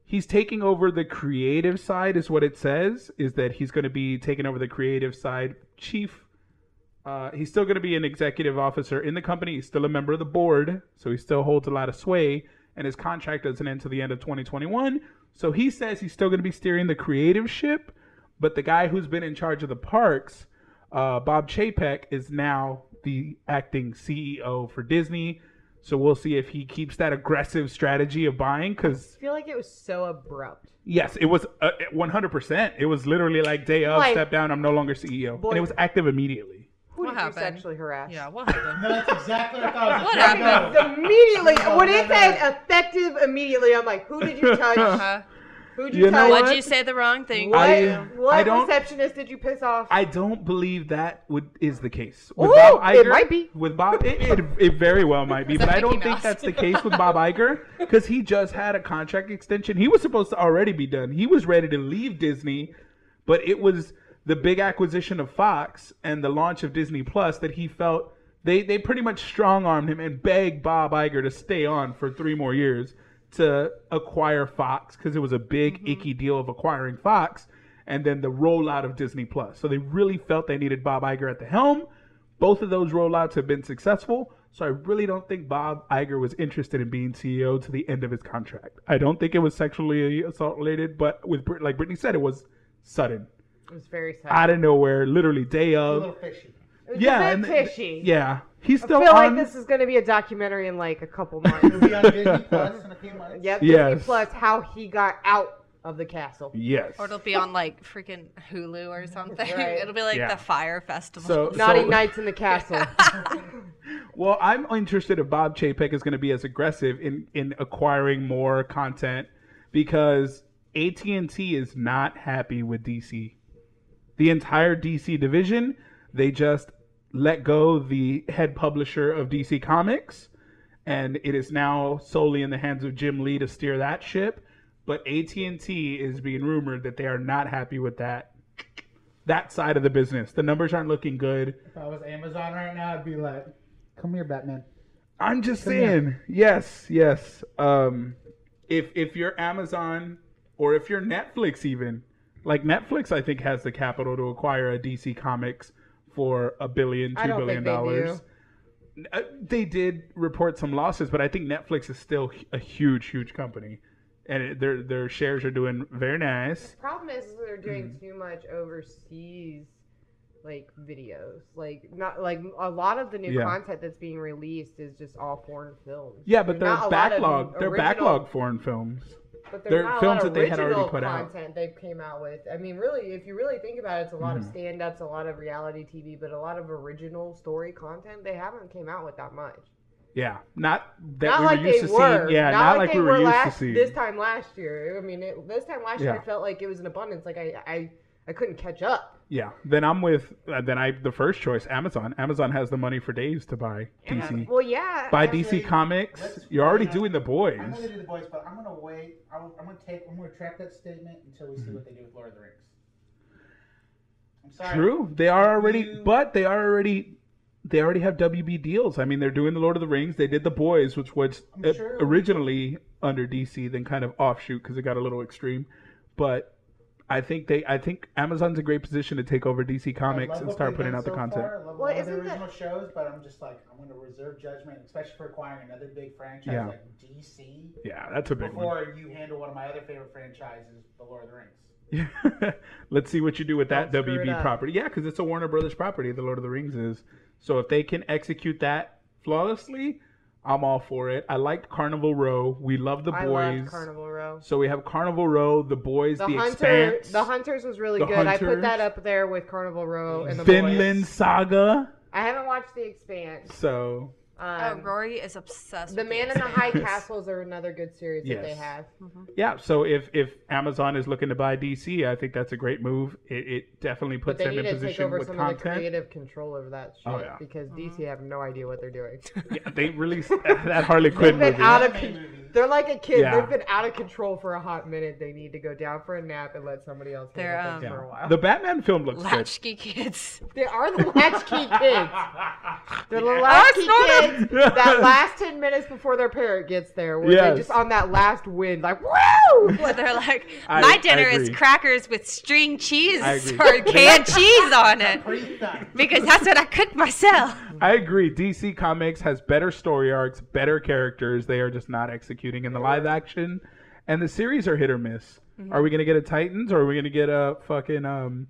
Speaker 1: he's taking over the creative side is what it says is that he's going to be taking over the creative side chief uh, he's still going to be an executive officer in the company he's still a member of the board so he still holds a lot of sway and his contract doesn't end to the end of 2021 so he says he's still going to be steering the creative ship but the guy who's been in charge of the parks uh, bob chapek is now the acting ceo for disney so we'll see if he keeps that aggressive strategy of buying because
Speaker 4: I feel like it was so abrupt.
Speaker 1: Yes, it was uh, 100%. It was literally like day of,
Speaker 4: Like-
Speaker 1: step down, I'm no longer CEO.
Speaker 4: Boy-
Speaker 1: and it was active immediately.
Speaker 4: Who
Speaker 5: What
Speaker 4: did
Speaker 5: happened?
Speaker 4: you sexually harass?
Speaker 5: Yeah, what happened?
Speaker 2: [LAUGHS] No, that's exactly what I thought. I was
Speaker 3: What
Speaker 2: like, no,
Speaker 3: happened?
Speaker 5: [LAUGHS]
Speaker 2: no.
Speaker 4: Immediately,
Speaker 2: No,
Speaker 4: when
Speaker 2: no,
Speaker 4: it
Speaker 2: no, no.
Speaker 4: said effective immediately, I'm like, who did you touch?
Speaker 5: Uh-huh.
Speaker 3: Uh,
Speaker 4: Who did you,
Speaker 1: You know
Speaker 4: touch?
Speaker 1: what?
Speaker 3: Why'd you say the wrong thing?
Speaker 4: What,
Speaker 1: I-
Speaker 4: what
Speaker 1: I don't-
Speaker 4: receptionist did you piss off?
Speaker 1: I don't believe that would is the case. With
Speaker 4: Ooh, it might be.
Speaker 1: With Bob, it, it, it very well might be, but I
Speaker 3: Except
Speaker 1: don't
Speaker 3: Mickey
Speaker 1: think
Speaker 3: Mouse.
Speaker 1: that's the case with Bob Iger because he just had a contract extension. He was supposed to already be done. He was ready to leave Disney, but it was the big acquisition of Fox and the launch of Disney Plus that he felt they they pretty much strong armed him and begged Bob Iger to stay on for three more years to acquire Fox because it was a big icky deal of acquiring Fox and then the rollout of Disney Plus. So they really felt they needed Bob Iger at the helm. Both of those rollouts have been successful. So I really don't think Bob Iger was interested in being CEO to the end of his contract. I don't think it was sexually assault related, but with Brit- like Brittany said, it was sudden,
Speaker 4: it was very sad.
Speaker 1: out of nowhere, literally day
Speaker 2: A
Speaker 1: of.
Speaker 2: little fishy.
Speaker 4: it was
Speaker 1: Yeah,
Speaker 4: a
Speaker 1: and
Speaker 4: bit
Speaker 1: th-
Speaker 4: fishy.
Speaker 1: Yeah, he's
Speaker 4: I
Speaker 1: still
Speaker 4: feel
Speaker 1: on.
Speaker 4: like this is going to be a documentary in like a couple
Speaker 1: [LAUGHS]
Speaker 4: months.
Speaker 2: It'll be on Disney Plus in a few months.
Speaker 4: yep.
Speaker 1: Yes.
Speaker 4: Disney Plus, how he got out of the castle.
Speaker 1: yes.
Speaker 3: Or it'll be on like freaking Hulu or something. [LAUGHS]
Speaker 4: Right.
Speaker 3: It'll be like
Speaker 1: Yeah.
Speaker 3: the Fire Festival.
Speaker 1: So-
Speaker 4: Naughty
Speaker 1: So-
Speaker 4: Nights in
Speaker 1: [LAUGHS]
Speaker 4: the Castle.
Speaker 1: Well, I'm interested if Bob Chapek is going to be as aggressive in in acquiring more content because AT&T is not happy with DC. The entire DC division, they just let go the head publisher of DC Comics and it is now solely in the hands of Jim Lee to steer that ship, but AT&T is being rumored that they are not happy with that that side of the business. The numbers aren't looking good.
Speaker 2: If I was Amazon right now, I'd be like, come here, Batman.
Speaker 1: I'm just
Speaker 2: Come
Speaker 1: saying.
Speaker 2: here.
Speaker 1: Yes, yes. Um, if if you're Amazon or if you're Netflix, even like Netflix, I think has the capital to acquire a DC Comics for a billion,
Speaker 4: I
Speaker 1: two
Speaker 4: don't
Speaker 1: billion
Speaker 4: think they
Speaker 1: dollars. Uh, They did report some losses, but I think Netflix is still hu- a huge, huge company, and it, their their shares are doing very nice.
Speaker 4: Problem is, is they're doing
Speaker 1: Mm-hmm.
Speaker 4: too much overseas, like videos. Like not like a lot of the new
Speaker 1: Yeah.
Speaker 4: content that's being released is just all foreign films.
Speaker 1: Yeah, but their
Speaker 4: They're not a lot of
Speaker 1: backlog, their
Speaker 4: original-
Speaker 1: backlog foreign films.
Speaker 4: But
Speaker 1: They're
Speaker 4: there's not
Speaker 1: films
Speaker 4: a lot
Speaker 1: that
Speaker 4: of
Speaker 1: they had already
Speaker 4: original
Speaker 1: put out.
Speaker 4: content they came out with. I mean, really, if you really think about it, it's a
Speaker 1: Mm-hmm.
Speaker 4: lot of stand-ups, a lot of reality TV, but a lot of original story content they haven't came out with that much.
Speaker 1: Yeah, not that
Speaker 4: not
Speaker 1: we
Speaker 4: like
Speaker 1: were used
Speaker 4: they
Speaker 1: to
Speaker 4: were.
Speaker 1: seeing. Yeah,
Speaker 4: not, like, they
Speaker 1: we
Speaker 4: were,
Speaker 1: were, used
Speaker 4: last,
Speaker 1: to seeing.
Speaker 4: this time last year. I mean, it, this time last year,
Speaker 1: Yeah.
Speaker 4: I felt like it was an abundance. Like I, I, I couldn't catch up.
Speaker 1: Yeah, then I'm with uh, then I the first choice Amazon. Amazon has the money for days to buy DC.
Speaker 4: Well, yeah.
Speaker 1: Buy
Speaker 4: and-
Speaker 1: DC Comics.
Speaker 2: let's-
Speaker 1: You're already
Speaker 2: yeah.
Speaker 1: doing the boys.
Speaker 2: I'm gonna do the boys, but I'm gonna wait. I'm, I'm gonna take. I'm gonna retract that statement until
Speaker 1: Mm-hmm.
Speaker 2: we see what they do with Lord of the Rings. I'm sorry.
Speaker 1: True, they are already,
Speaker 2: You-
Speaker 1: but they are already, they already have WB deals. I mean, they're doing the Lord of the Rings. They did the boys, which was
Speaker 2: I'm
Speaker 1: uh,
Speaker 2: sure.
Speaker 1: originally under DC, then kind of offshoot because it got a little extreme. But I think they, I think Amazon's a great position to take over DC
Speaker 2: I love
Speaker 1: Comics and
Speaker 2: what
Speaker 1: start
Speaker 2: they've
Speaker 1: putting
Speaker 2: done
Speaker 1: out the
Speaker 2: so
Speaker 1: content.
Speaker 2: Far. I love
Speaker 4: Well,
Speaker 2: all the
Speaker 4: isn't that-
Speaker 2: original shows, but I'm just like I'm gonna reserve judgment, especially for acquiring another big franchise
Speaker 1: Yeah.
Speaker 2: like DC
Speaker 1: Yeah, that's a big one.
Speaker 2: before you handle one of my other favorite franchises, The Lord of the Rings. [LAUGHS]
Speaker 1: Let's see what you do with that
Speaker 4: Don't screw it
Speaker 1: WB
Speaker 4: up.
Speaker 1: property. Yeah, because it's a Warner Brothers property. The Lord of the Rings is. So if they can execute that flawlessly, I'm all for it. I liked Carnival Row. We love the
Speaker 4: I
Speaker 1: boys.
Speaker 4: loved Carnival Row.
Speaker 1: So we have Carnival Row, the boys, the,
Speaker 4: The Hunter,
Speaker 1: Expanse,
Speaker 4: the Hunters was really
Speaker 1: The
Speaker 4: good. I put
Speaker 1: Hunters.
Speaker 4: that up there with Carnival Row and the
Speaker 1: Finland
Speaker 4: Boys.
Speaker 1: Saga.
Speaker 4: I haven't watched The Expanse.
Speaker 1: So
Speaker 3: oh,
Speaker 4: Um,
Speaker 3: Rory is obsessed.
Speaker 4: the
Speaker 3: with
Speaker 4: Man
Speaker 3: these.
Speaker 4: in the
Speaker 1: [LAUGHS]
Speaker 4: High Castles are another good series that they
Speaker 1: Yes.
Speaker 4: have.
Speaker 1: yeah, so if if Amazon is looking to buy DC, I think that's a great move. It, it definitely
Speaker 4: But
Speaker 1: puts
Speaker 4: they
Speaker 1: them
Speaker 4: need
Speaker 1: in
Speaker 4: to take
Speaker 1: position
Speaker 4: over
Speaker 1: with
Speaker 4: some of the
Speaker 1: content.
Speaker 4: creative control over that shit
Speaker 1: Oh, yeah.
Speaker 3: Uh-huh.
Speaker 4: because DC have no idea what they're doing.
Speaker 3: [LAUGHS]
Speaker 1: Yeah, they released [LAUGHS] that Harley Quinn
Speaker 4: They've been
Speaker 1: movie.
Speaker 4: out of
Speaker 2: Anime
Speaker 4: con-
Speaker 2: movies.
Speaker 4: They're like a kid.
Speaker 1: Yeah.
Speaker 4: They've been out of control for a hot minute. They need to go down for a nap and let somebody else
Speaker 3: They're,
Speaker 4: handle things
Speaker 1: um,
Speaker 4: for a while.
Speaker 1: The Batman film looks good.
Speaker 3: Latchkey kids.
Speaker 4: They are the
Speaker 1: [LAUGHS]
Speaker 4: latchkey kids. They're the
Speaker 3: That's not
Speaker 4: latchkey
Speaker 1: [LAUGHS]
Speaker 4: kids. That last ten minutes before their parent gets there, where
Speaker 1: Yes.
Speaker 4: they just on that last wind, like woo.
Speaker 3: [LAUGHS] Where they're like,
Speaker 1: I-
Speaker 3: my
Speaker 1: I
Speaker 3: dinner is
Speaker 1: agree.
Speaker 3: crackers with string cheese
Speaker 1: I agree.
Speaker 3: or canned cheese on it
Speaker 2: Barista.
Speaker 3: because that's what I cook myself.
Speaker 1: I agree. DC Comics has better story arcs, better characters. They are just not executing in the live action, and the series are hit or miss.
Speaker 3: Mm-hmm.
Speaker 1: Are we gonna get a Titans or are we gonna get a fucking um,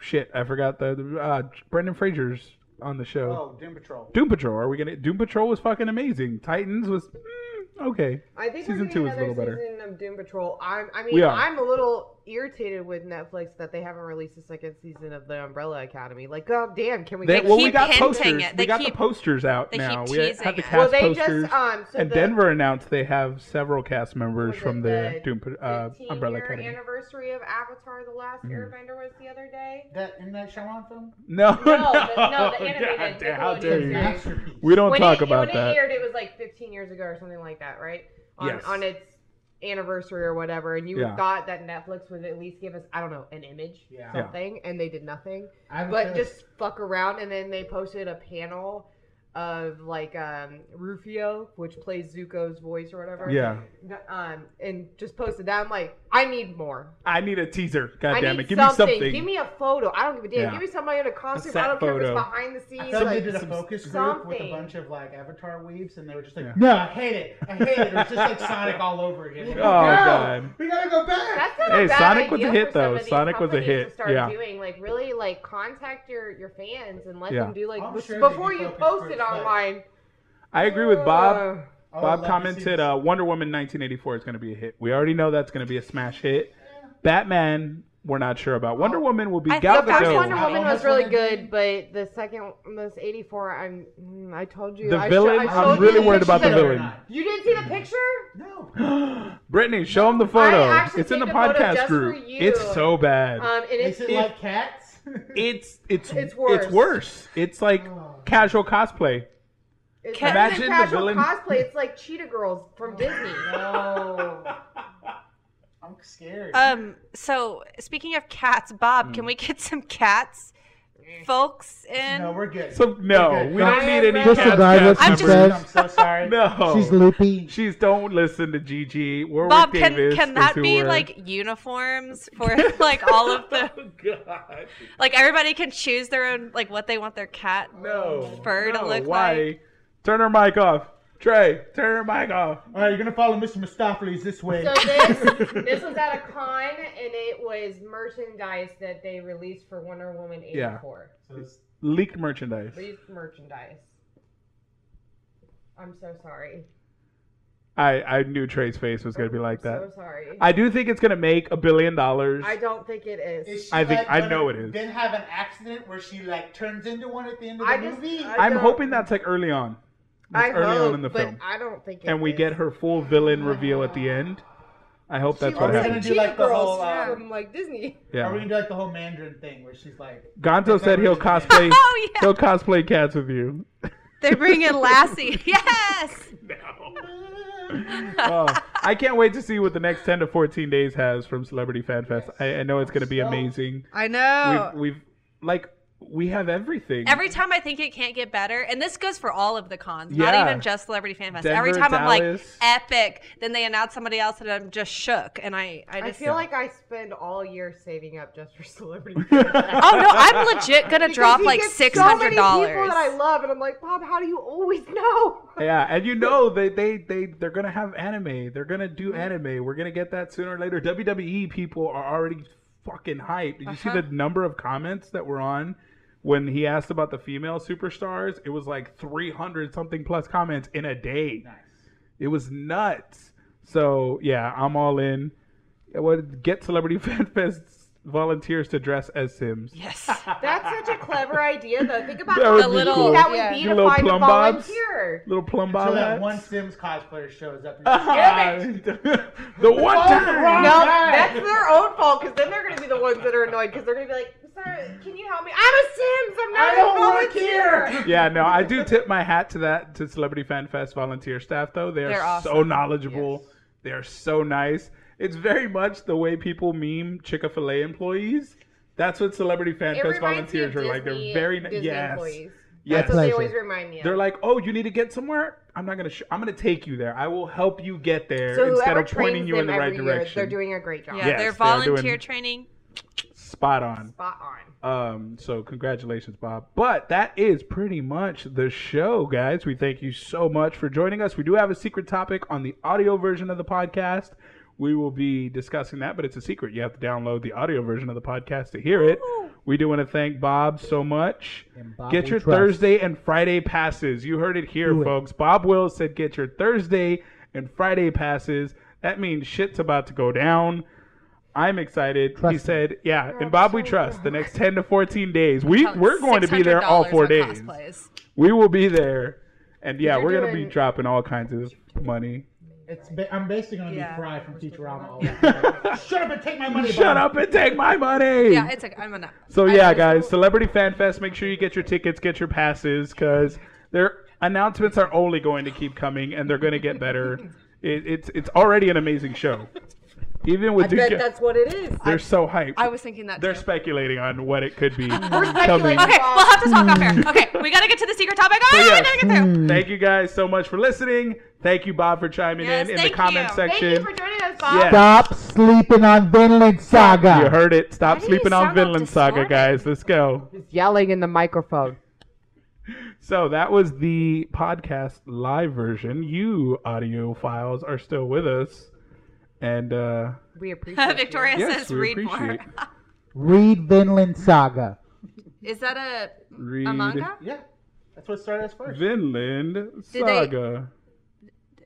Speaker 1: shit? I forgot the, the uh, Brendan Fraser's on the show.
Speaker 2: Oh, Doom Patrol.
Speaker 1: Doom Patrol. Are we gonna? Doom Patrol was fucking amazing. Titans was mm, okay.
Speaker 4: I think
Speaker 1: Season
Speaker 4: we're
Speaker 1: two
Speaker 4: two
Speaker 1: is a
Speaker 4: another
Speaker 1: little better.
Speaker 4: season of Doom Patrol. I'm, I
Speaker 1: We
Speaker 4: mean,
Speaker 1: are.
Speaker 4: I'm a little irritated with Netflix that they haven't released a second season of The Umbrella Academy. Like, god damn, can we?
Speaker 1: They,
Speaker 4: get
Speaker 1: well, we
Speaker 3: keep
Speaker 1: got
Speaker 3: hinting
Speaker 1: posters.
Speaker 3: it.
Speaker 1: We
Speaker 3: They
Speaker 1: got
Speaker 3: keep-
Speaker 1: the posters out
Speaker 3: they
Speaker 1: now.
Speaker 3: keep
Speaker 1: We have the
Speaker 3: teasing
Speaker 1: cast
Speaker 3: it.
Speaker 4: well, they
Speaker 1: posters.
Speaker 4: just um. So
Speaker 1: and
Speaker 4: the,
Speaker 1: Denver announced they have several cast members
Speaker 4: was
Speaker 1: from
Speaker 4: it
Speaker 1: the,
Speaker 4: the
Speaker 1: Doom uh,
Speaker 4: 15
Speaker 1: Umbrella
Speaker 4: year
Speaker 1: Academy.
Speaker 4: anniversary of Avatar: The Last
Speaker 1: Mhm.
Speaker 4: Airbender was the other day.
Speaker 2: That in that Shyamalan film.
Speaker 1: No, no,
Speaker 4: No, the- no, the
Speaker 1: [LAUGHS]
Speaker 4: animated
Speaker 1: God damn, how
Speaker 4: Nickelodeon
Speaker 1: dare you?
Speaker 4: series.
Speaker 2: Masterpiece.
Speaker 1: We don't
Speaker 4: when
Speaker 1: talk
Speaker 4: it,
Speaker 1: about
Speaker 4: when
Speaker 1: that.
Speaker 4: it aired, it was like 15 years ago or something like that, right? On,
Speaker 1: Yes.
Speaker 4: on its anniversary or whatever, and you
Speaker 1: Yeah.
Speaker 4: thought that Netflix would at least give us, I don't know, an image,
Speaker 2: Yeah.
Speaker 1: Yeah.
Speaker 4: something, and they did nothing.
Speaker 2: I have a
Speaker 4: But
Speaker 2: feeling-
Speaker 4: just fuck around, and then they posted a panel of like um, Rufio, which plays Zuko's voice or whatever.
Speaker 1: Yeah,
Speaker 4: Um, and just posted that. I'm like, I need more.
Speaker 1: I need a teaser. God
Speaker 4: I
Speaker 1: damn
Speaker 4: need
Speaker 1: it, give
Speaker 4: something.
Speaker 1: me something.
Speaker 4: Give me a photo. I don't give a damn.
Speaker 1: Yeah.
Speaker 4: Give me somebody in a costume.
Speaker 1: set
Speaker 4: I don't care if
Speaker 1: photo.
Speaker 4: it's behind the
Speaker 2: I
Speaker 4: scenes.
Speaker 2: thought they
Speaker 4: like-
Speaker 2: did a
Speaker 1: some-
Speaker 2: focus group with a
Speaker 4: something.
Speaker 2: bunch of like Avatar weebs, and they were just like,
Speaker 1: Yeah.
Speaker 2: "No, I hate it. I hate it." It was just like Sonic all over
Speaker 1: [LAUGHS]
Speaker 2: again.
Speaker 1: oh
Speaker 2: Like, "No,
Speaker 1: god,
Speaker 2: we gotta go back.
Speaker 4: That's not
Speaker 1: Hey,
Speaker 4: a bad
Speaker 1: Sonic was a
Speaker 4: idea
Speaker 1: hit,
Speaker 4: for some
Speaker 1: though.
Speaker 4: of these
Speaker 1: Sonic was a
Speaker 4: companies to
Speaker 1: hit.
Speaker 4: Start
Speaker 1: Yeah.
Speaker 4: doing like really like contact your your fans and let
Speaker 1: Yeah.
Speaker 4: them do like
Speaker 2: I'm
Speaker 4: bef-
Speaker 2: sure they
Speaker 4: before
Speaker 2: do
Speaker 4: you
Speaker 2: focus
Speaker 4: post
Speaker 2: groups,
Speaker 4: it
Speaker 2: but-
Speaker 4: online.
Speaker 1: I agree with Bob.
Speaker 4: Ugh.
Speaker 2: I
Speaker 1: Bob
Speaker 2: would love to Oh, see
Speaker 1: commented,
Speaker 2: this.
Speaker 1: uh, "Wonder Woman 1984 is going to be a hit. We already know that's going to be a smash hit. Batman, we're not sure about.
Speaker 4: Oh.
Speaker 1: Wonder Woman will be
Speaker 3: I
Speaker 1: Gal
Speaker 3: think
Speaker 4: the first
Speaker 1: Gadot.
Speaker 4: Wonder
Speaker 2: I
Speaker 4: Woman was
Speaker 2: almost
Speaker 4: really
Speaker 2: wanted to-
Speaker 4: good, but the second this eighty four, I'm mm, I told you
Speaker 1: The
Speaker 4: I sho-
Speaker 1: villain,
Speaker 4: I
Speaker 1: I'm
Speaker 4: showed you
Speaker 1: really worried
Speaker 4: picture
Speaker 1: about the
Speaker 4: that-
Speaker 1: villain.
Speaker 4: You didn't see the picture?
Speaker 2: No.
Speaker 1: [GASPS] Brittany, show him the photo.
Speaker 4: I actually
Speaker 1: It's in the
Speaker 4: took a photo
Speaker 1: podcast
Speaker 4: just for
Speaker 1: group.
Speaker 4: you.
Speaker 1: It's so bad.
Speaker 4: Um, and
Speaker 2: [LAUGHS] Is
Speaker 4: it's
Speaker 2: it like cats?
Speaker 1: it's it's
Speaker 4: it's worse.
Speaker 1: It's worse. It's like
Speaker 2: [LAUGHS] Oh.
Speaker 1: casual cosplay.
Speaker 4: it's
Speaker 3: Ca-
Speaker 4: not even
Speaker 1: Imagine the
Speaker 4: casual
Speaker 1: villain-
Speaker 4: cosplay. It's like Cheetah Girls from [LAUGHS] Disney.
Speaker 2: no. I'm scared.
Speaker 4: Uh,
Speaker 3: Um, so speaking of cats, Bob, can we get some cats folks in?
Speaker 2: no, we're good.
Speaker 1: So no,
Speaker 2: Okay.
Speaker 1: we don't need any
Speaker 5: Just a
Speaker 1: cast
Speaker 5: guy
Speaker 1: cast
Speaker 5: that's
Speaker 3: I'm
Speaker 1: members.
Speaker 3: just-
Speaker 5: upset.
Speaker 2: I'm so sorry.
Speaker 1: No,
Speaker 5: She's loopy.
Speaker 1: She's don't listen to Gigi. Warwick
Speaker 3: Bob, can
Speaker 1: Davis
Speaker 3: can
Speaker 1: is
Speaker 3: that
Speaker 1: who
Speaker 3: be
Speaker 1: we're-
Speaker 3: like uniforms for like all of the
Speaker 1: Oh [LAUGHS] God,
Speaker 3: like everybody can choose their own like what they want their cat
Speaker 1: no.
Speaker 3: fur to
Speaker 1: no,
Speaker 3: look
Speaker 1: why?
Speaker 3: like?
Speaker 1: Turn her mic off. Trey, turn her mic off.
Speaker 2: All right, you're gonna follow Mr. Mistopheles this way.
Speaker 4: So this this was at a con and it was merchandise that they released for Wonder Woman eighty
Speaker 1: Yeah.
Speaker 4: four.
Speaker 2: So it's-
Speaker 1: Leaked merchandise.
Speaker 4: Released merchandise. I'm so sorry.
Speaker 1: I I knew Trey's face was gonna be like
Speaker 4: I'm
Speaker 1: that.
Speaker 4: so sorry. I,
Speaker 1: I do think it's gonna make a billion dollars.
Speaker 4: don't think it is.
Speaker 2: Is she,
Speaker 1: I think-
Speaker 2: like,
Speaker 1: I
Speaker 2: gonna
Speaker 1: know it is.
Speaker 2: Then have an accident where she like turns into one at the end of the
Speaker 4: I just-
Speaker 2: movie.
Speaker 4: I-
Speaker 1: I'm
Speaker 4: don't-
Speaker 1: hoping that's like early on. That's
Speaker 4: I
Speaker 1: early
Speaker 4: hope,
Speaker 1: on in the
Speaker 4: but
Speaker 1: film,
Speaker 4: I don't think. it
Speaker 1: and we
Speaker 4: is.
Speaker 1: get her full villain reveal at the end. I hope that's
Speaker 4: She
Speaker 1: what
Speaker 4: looks
Speaker 2: already-
Speaker 1: happens.
Speaker 2: Gonna do, like,
Speaker 4: Cheetah
Speaker 2: the
Speaker 4: Girls
Speaker 2: whole, uh,
Speaker 4: from like Disney.
Speaker 2: Are we
Speaker 1: Yeah.
Speaker 2: gonna do like the whole Mandarin thing where she's like,
Speaker 1: Gonzo said he'll cosplay.
Speaker 3: [LAUGHS] Oh yeah,
Speaker 1: He'll cosplay cats with
Speaker 4: [LAUGHS]
Speaker 1: you.
Speaker 3: they bring in Lassie. [LAUGHS] Yes.
Speaker 2: "Ah,
Speaker 1: Oh, I can't wait to see what the next 10 to 14 days has from Celebrity Fan Fest. I, I know it's going to be
Speaker 2: So-
Speaker 1: amazing.
Speaker 3: I know.
Speaker 1: We've, we've, like, we have everything. [LAUGHS]
Speaker 3: Every time I think it can't get better, and this goes for all of the cons,
Speaker 1: Yeah.
Speaker 3: not even just Celebrity Fan Fest.
Speaker 1: Denver,
Speaker 3: Every time
Speaker 1: Dallas.
Speaker 3: I'm like epic, then they announce somebody else, and I'm just shook. And I, I
Speaker 4: I
Speaker 3: just,
Speaker 4: feel like I spend all year saving up just
Speaker 1: [LAUGHS]
Speaker 4: for celebrity.
Speaker 3: oh no, I'm legit gonna
Speaker 4: Because
Speaker 3: drop
Speaker 4: you
Speaker 3: like
Speaker 4: get
Speaker 3: six
Speaker 4: so many
Speaker 3: hundred
Speaker 4: people
Speaker 3: dollars.
Speaker 4: that I love, and I'm like, Bob, how do you always [LAUGHS] know?
Speaker 1: yeah, and you know they they they they're gonna have anime. They're gonna do
Speaker 3: Mm-hmm.
Speaker 1: anime. We're gonna get that sooner or later. WWE people are already fucking hyped. Did you see
Speaker 3: Uh-huh.
Speaker 1: the number of comments that were on when he asked about the female superstars? It was like three hundred something plus comments in a day.
Speaker 2: nice.
Speaker 1: It was nuts. So yeah, I'm all in. What get celebrity [LAUGHS] fan fest volunteers to dress as Sims?
Speaker 4: [LAUGHS]
Speaker 3: Yes.
Speaker 4: That's such a clever idea, though. Think about
Speaker 1: That would
Speaker 4: how
Speaker 1: be
Speaker 4: little
Speaker 1: cool.
Speaker 4: that would
Speaker 3: Yeah.
Speaker 4: be
Speaker 1: Your
Speaker 4: to
Speaker 1: little
Speaker 4: find a
Speaker 1: plum bobs.
Speaker 4: volunteer.
Speaker 1: Little plum
Speaker 2: So that
Speaker 1: bob [LAUGHS]
Speaker 2: one Sims cosplayer shows up. And
Speaker 1: Damn it! the one
Speaker 2: Fuck,
Speaker 1: time.
Speaker 2: wrong.
Speaker 4: No,
Speaker 2: Right.
Speaker 4: that's their own fault because then they're going to be the ones that are annoyed because they're going to be like, sir, You're. Can you help me? I'm a Sims. I'm not
Speaker 2: I
Speaker 4: a
Speaker 2: don't work
Speaker 4: volunteer.
Speaker 2: here.
Speaker 1: yeah, no, I do tip my hat to that to Celebrity Fan Fest volunteer staff though. They are
Speaker 3: They're awesome.
Speaker 1: so knowledgeable.
Speaker 4: Yes.
Speaker 1: They are so nice. It's very much the way people meme Chick-fil-A employees. That's what Celebrity Fan
Speaker 4: It
Speaker 1: Fest
Speaker 4: reminds me
Speaker 1: volunteers
Speaker 4: of
Speaker 1: are like. They're
Speaker 4: Disney-
Speaker 1: very ni-
Speaker 4: Disney
Speaker 1: yes.
Speaker 4: employees.
Speaker 1: Yes.
Speaker 4: That's what they
Speaker 5: Pleasure.
Speaker 4: always remind me of.
Speaker 1: They're like, "Oh, you need to get somewhere? I'm not going to sh- I'm going to take you there. I will help you get there
Speaker 4: so
Speaker 1: instead
Speaker 4: whoever
Speaker 1: of pointing
Speaker 4: trains
Speaker 1: you in
Speaker 4: them
Speaker 1: the right
Speaker 4: every year,
Speaker 1: direction."
Speaker 4: they're doing a great job.
Speaker 3: Yeah,
Speaker 1: Yes,
Speaker 3: their
Speaker 1: they are doing-
Speaker 3: volunteer training.
Speaker 1: Spot on.
Speaker 4: Spot on.
Speaker 1: [LAUGHS] Um, so congratulations, Bob. But that is pretty much the show, guys. We thank you so much for joining us. We do have a secret topic on the audio version of the podcast. We will be discussing that, but it's a secret. You have to download the audio version of the podcast to hear it. We do want to thank Bob so much.
Speaker 5: And Bob
Speaker 1: Get
Speaker 5: we
Speaker 1: your
Speaker 5: trust.
Speaker 1: Thursday and Friday passes. You heard it here,
Speaker 5: Do it.
Speaker 1: folks. Bob Will said, "Get your Thursday and Friday passes." That means shit's about to go down. I'm excited.
Speaker 5: Trust
Speaker 1: he
Speaker 5: him.
Speaker 1: said, "Yeah." And Bob, we trust. The next ten to fourteen days, we we're going to be there all
Speaker 3: $600
Speaker 1: four
Speaker 3: on
Speaker 1: days.
Speaker 3: cosplays.
Speaker 1: We will be there, and yeah,
Speaker 4: You're
Speaker 1: we're gonna be
Speaker 4: doing-
Speaker 1: dropping all kinds of money.
Speaker 2: It's ba- I'm basically gonna
Speaker 3: Yeah.
Speaker 2: be Fry from Futurama. all over. [LAUGHS] Shut up and take my money.
Speaker 1: Shut
Speaker 2: Bob.
Speaker 1: up and take my money.
Speaker 3: Yeah, it's a, I'm gonna.
Speaker 1: so
Speaker 3: I
Speaker 1: yeah,
Speaker 3: was-
Speaker 1: guys, Celebrity Fan Fest. Make sure you get your tickets, get your passes, because their announcements are only going to keep coming, and they're gonna get better. it, it's it's already an amazing show. Even with
Speaker 4: I
Speaker 1: the
Speaker 4: bet
Speaker 1: ge-
Speaker 4: that's what it is.
Speaker 1: they're so hyped.
Speaker 3: I was thinking that.
Speaker 1: they're
Speaker 3: too.
Speaker 1: speculating on what it could be
Speaker 3: [LAUGHS]
Speaker 4: speculating.
Speaker 1: coming.
Speaker 3: Okay, we'll have to talk off air.
Speaker 1: Mm.
Speaker 3: Okay, we gotta get to the secret topic. Oh,
Speaker 1: yeah.
Speaker 3: we gotta get there.
Speaker 1: Thank you guys so much for listening. Thank you, Bob, for chiming
Speaker 3: Yes,
Speaker 1: in in the
Speaker 3: thank
Speaker 1: comment
Speaker 3: you.
Speaker 4: Thank
Speaker 1: section.
Speaker 4: you for joining us, Bob.
Speaker 1: Yeah.
Speaker 5: Stop sleeping on Vinland Saga.
Speaker 1: You heard it. Stop
Speaker 3: Why do you
Speaker 1: sleeping on
Speaker 3: sound all
Speaker 1: Vinland Saga,
Speaker 3: distorted?
Speaker 1: guys. Let's go.
Speaker 4: He's yelling in the microphone.
Speaker 1: So that was the podcast live version. You audio files are still with us, and uh,
Speaker 3: [LAUGHS]
Speaker 4: We appreciate it.
Speaker 3: Victoria
Speaker 1: yes,
Speaker 3: says,
Speaker 1: we
Speaker 3: "Read more."
Speaker 1: appreciate.
Speaker 3: [LAUGHS]
Speaker 5: Read Vinland Saga.
Speaker 3: Is that a
Speaker 1: Read
Speaker 3: a manga?
Speaker 2: Yeah, that's what started us first.
Speaker 1: Vinland
Speaker 3: they-
Speaker 1: Saga.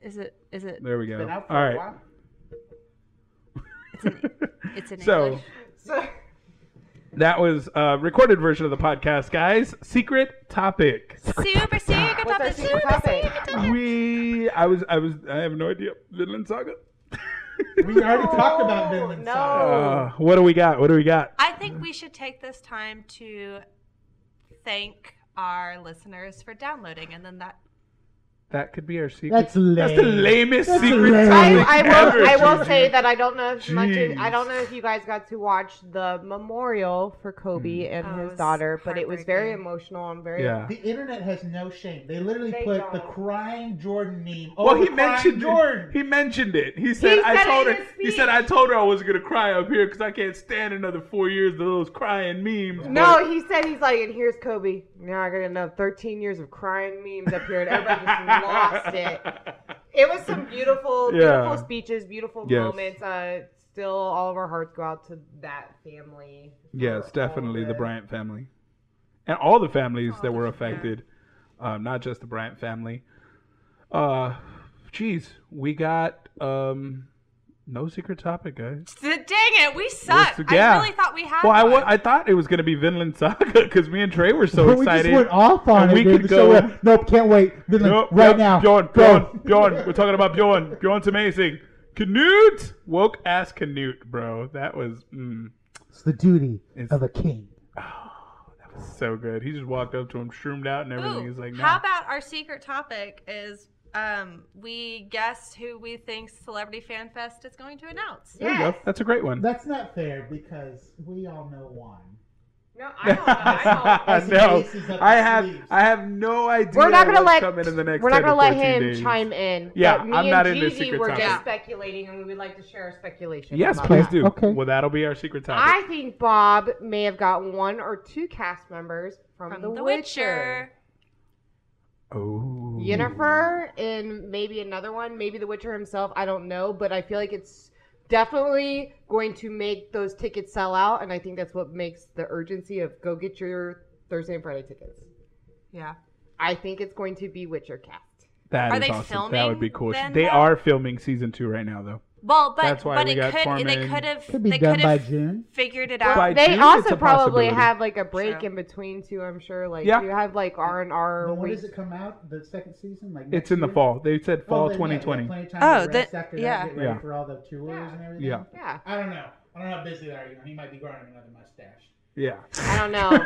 Speaker 3: Is it? Is it?
Speaker 1: There we go.
Speaker 2: Been out for
Speaker 1: All
Speaker 2: a
Speaker 1: [LAUGHS] right.
Speaker 2: while.
Speaker 3: It's in
Speaker 1: so.
Speaker 3: English.
Speaker 1: [LAUGHS]
Speaker 4: So,
Speaker 1: That was a recorded version of the podcast, guys. Secret topic.
Speaker 3: Super secret
Speaker 4: what's our
Speaker 3: topic. Super
Speaker 4: secret topic?
Speaker 3: secret topic.
Speaker 1: We, I was, I was, I have no idea. Vinland Saga.
Speaker 2: We already talked
Speaker 4: No,
Speaker 2: about Vinland
Speaker 4: no.
Speaker 2: Saga.
Speaker 1: Uh, what do we got? What do we got?
Speaker 3: I think we should take this time to thank our listeners for downloading, and then that. [LAUGHS]
Speaker 1: That could be our secret.
Speaker 5: That's lame.
Speaker 1: That's the lamest
Speaker 5: That's
Speaker 1: secret
Speaker 5: lame.
Speaker 1: topic
Speaker 4: I, I will.
Speaker 1: ever,
Speaker 4: I will
Speaker 1: Gigi.
Speaker 4: say that I don't know if much.
Speaker 1: Jeez.
Speaker 4: I don't know if you guys got to watch the memorial for Kobe and
Speaker 3: Oh, it
Speaker 4: his
Speaker 3: was
Speaker 4: daughter, but it was very
Speaker 3: heartbreaking.
Speaker 4: emotional and very.
Speaker 1: Mm. Yeah.
Speaker 2: The internet has no shame. They literally
Speaker 4: They
Speaker 2: put
Speaker 4: don't.
Speaker 2: the crying Jordan meme. Oh,
Speaker 1: Well, he
Speaker 2: crying
Speaker 1: mentioned
Speaker 2: Jordan.
Speaker 1: He mentioned it. He said,
Speaker 4: He
Speaker 1: "I
Speaker 4: said it
Speaker 1: told
Speaker 4: in
Speaker 1: her."
Speaker 4: his
Speaker 1: He said,
Speaker 4: speech.
Speaker 1: "I told her I was gonna cry up here because I can't stand another four years of those crying memes."
Speaker 4: No, he said he's like, and here's Kobe. Now I got another 13 years of crying memes up here, and everybody just lost it.
Speaker 1: [LAUGHS]
Speaker 4: It was some beautiful,
Speaker 1: Yeah.
Speaker 4: beautiful speeches, beautiful
Speaker 1: Yes.
Speaker 4: moments. Uh, still, all of our hearts go out to that family. for
Speaker 1: Yes,
Speaker 4: all
Speaker 1: definitely the
Speaker 4: the-
Speaker 1: Bryant family, and all the families that were
Speaker 3: yeah.
Speaker 1: affected, um, not just the Bryant family. Uh, geez, we got um, no secret topic, guys.
Speaker 3: Dang it, we suck.
Speaker 1: We're- yeah.
Speaker 3: I really thought we had.
Speaker 1: Well, I,
Speaker 3: one.
Speaker 1: wa- I thought it was gonna be Vinland Saga because me and Trey were so
Speaker 5: But we
Speaker 1: excited.
Speaker 5: just went off on
Speaker 1: And
Speaker 5: it.
Speaker 1: we
Speaker 5: dude.
Speaker 1: could
Speaker 5: So,
Speaker 1: go-
Speaker 5: uh, nope, can't wait. Vinland,
Speaker 1: Nope,
Speaker 5: right
Speaker 1: yep,
Speaker 5: now.
Speaker 1: Bjorn,
Speaker 5: Go.
Speaker 1: Bjorn, Bjorn. We're talking about Bjorn. Bjorn's amazing. Canute, woke ass Canute, bro. That was mm,
Speaker 5: It's the duty
Speaker 1: It's-
Speaker 5: of a king.
Speaker 1: so good. He just walked up to him, shroomed out, and everything.
Speaker 3: Ooh,
Speaker 1: He's like,
Speaker 3: How
Speaker 1: nah.
Speaker 3: about our secret topic is um, we guess who we think Celebrity Fan Fest is going to announce.
Speaker 1: There you go. That's a great one.
Speaker 2: That's not fair because we all know one.
Speaker 4: No,
Speaker 1: [LAUGHS]
Speaker 4: I don't. know. I don't.
Speaker 2: That's
Speaker 1: no,
Speaker 2: aces up
Speaker 1: I
Speaker 2: his
Speaker 1: have
Speaker 2: sleeves.
Speaker 1: I have no idea.
Speaker 4: We're not gonna
Speaker 1: what's
Speaker 4: let.
Speaker 1: coming in the next
Speaker 4: we're not
Speaker 1: 10 to
Speaker 4: gonna let
Speaker 1: 14
Speaker 4: him
Speaker 1: days.
Speaker 4: chime in.
Speaker 1: Yeah,
Speaker 4: but me
Speaker 1: I'm
Speaker 4: and
Speaker 1: not into
Speaker 4: Gigi
Speaker 1: secret
Speaker 4: were
Speaker 1: topic.
Speaker 4: just speculating, and we would like to share our speculation.
Speaker 1: Yes,
Speaker 4: about
Speaker 1: please
Speaker 4: that.
Speaker 1: do.
Speaker 5: Okay.
Speaker 1: Well, that'll be our secret topic.
Speaker 4: I think Bob may have got one or two cast members from,
Speaker 3: From The, Witcher.
Speaker 1: oh,
Speaker 4: Yennefer and maybe another one, maybe The Witcher himself. I don't know, but I feel like it's definitely going to make those tickets sell out, and I think that's what makes the urgency of go get your Thursday and Friday tickets.
Speaker 3: Yeah.
Speaker 4: I think it's going to be Witcher cast.
Speaker 1: That
Speaker 3: Are
Speaker 1: is
Speaker 3: they
Speaker 1: awesome. that
Speaker 3: filming
Speaker 1: would be cool.
Speaker 3: then,
Speaker 1: they
Speaker 3: though?
Speaker 1: are filming season two right now, though.
Speaker 3: Well, but
Speaker 1: That's why
Speaker 3: but
Speaker 1: we
Speaker 3: it
Speaker 1: got
Speaker 3: could they
Speaker 1: Foreman.
Speaker 3: could have
Speaker 5: Could be
Speaker 3: they
Speaker 5: done
Speaker 3: could
Speaker 5: by
Speaker 3: have
Speaker 5: June.
Speaker 3: figured it
Speaker 1: Well,
Speaker 3: out.
Speaker 1: By
Speaker 4: they
Speaker 1: June, it's
Speaker 4: also
Speaker 1: a
Speaker 4: probably
Speaker 1: possibility.
Speaker 4: have like a break
Speaker 3: True.
Speaker 4: in between too. I'm sure. Like
Speaker 1: Yeah.
Speaker 4: you have like R and
Speaker 2: Then
Speaker 4: R.
Speaker 2: when does it come out? The second season? Like
Speaker 1: It's
Speaker 2: next
Speaker 1: in the
Speaker 2: year?
Speaker 1: fall. They said
Speaker 2: Oh,
Speaker 1: fall
Speaker 2: then, yeah,
Speaker 1: 2020.
Speaker 2: yeah, plenty of time
Speaker 3: Oh,
Speaker 2: to rest
Speaker 3: that-
Speaker 2: after that,
Speaker 3: yeah.
Speaker 2: Get ready
Speaker 1: Yeah.
Speaker 2: for all the tours and everything.
Speaker 1: Yeah.
Speaker 4: Yeah.
Speaker 1: [CLEARS THROAT]
Speaker 2: I don't know. I don't know how busy they are. You know, he might be growing another mustache.
Speaker 1: Yeah.
Speaker 4: I
Speaker 1: [LAUGHS]
Speaker 4: don't know.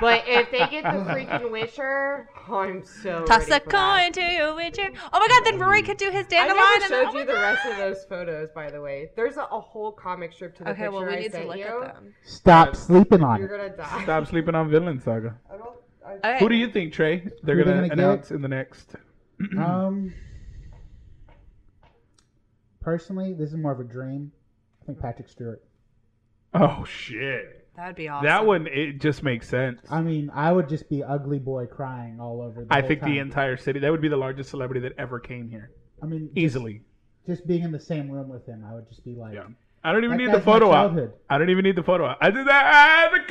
Speaker 4: But if they get the freaking Witcher, [LAUGHS] oh, I'm so
Speaker 3: Toss
Speaker 4: ready
Speaker 3: a
Speaker 4: for that.
Speaker 3: coin to your witcher. Oh my god, then Rory could do his
Speaker 4: I
Speaker 3: dandelion.
Speaker 4: never
Speaker 3: and then-
Speaker 4: showed
Speaker 3: oh my
Speaker 4: you the
Speaker 3: God.
Speaker 4: rest of those photos, by the way. There's a, a whole comic strip to the
Speaker 3: Okay,
Speaker 4: picture
Speaker 3: well we
Speaker 4: I
Speaker 3: need to
Speaker 4: sent
Speaker 3: look
Speaker 4: you.
Speaker 3: at them.
Speaker 5: Stop sleeping on
Speaker 4: You're
Speaker 5: it.
Speaker 4: gonna die.
Speaker 1: Stop sleeping on villain saga.
Speaker 4: I don't. I,
Speaker 3: Okay.
Speaker 1: Who do you think, Trey? They're
Speaker 5: Who they're
Speaker 1: gonna,
Speaker 5: gonna get?
Speaker 1: announce in the next.
Speaker 5: Um, personally, this is more of a dream. I think Patrick Stewart.
Speaker 1: Oh shit!
Speaker 3: That'd be awesome.
Speaker 1: That one it just makes sense.
Speaker 5: I mean, I would just be ugly boy crying all over. The
Speaker 1: I
Speaker 5: whole
Speaker 1: think the
Speaker 5: time.
Speaker 1: entire city. That would be the largest celebrity that ever came here,
Speaker 5: I mean, just-
Speaker 1: easily.
Speaker 5: Just, being in the same room with him, I would just be like,
Speaker 1: Yeah. I don't even
Speaker 5: "That
Speaker 1: need the
Speaker 5: guy's my
Speaker 1: photo op.
Speaker 5: childhood."
Speaker 1: I don't even need the photo op. I did that. I have a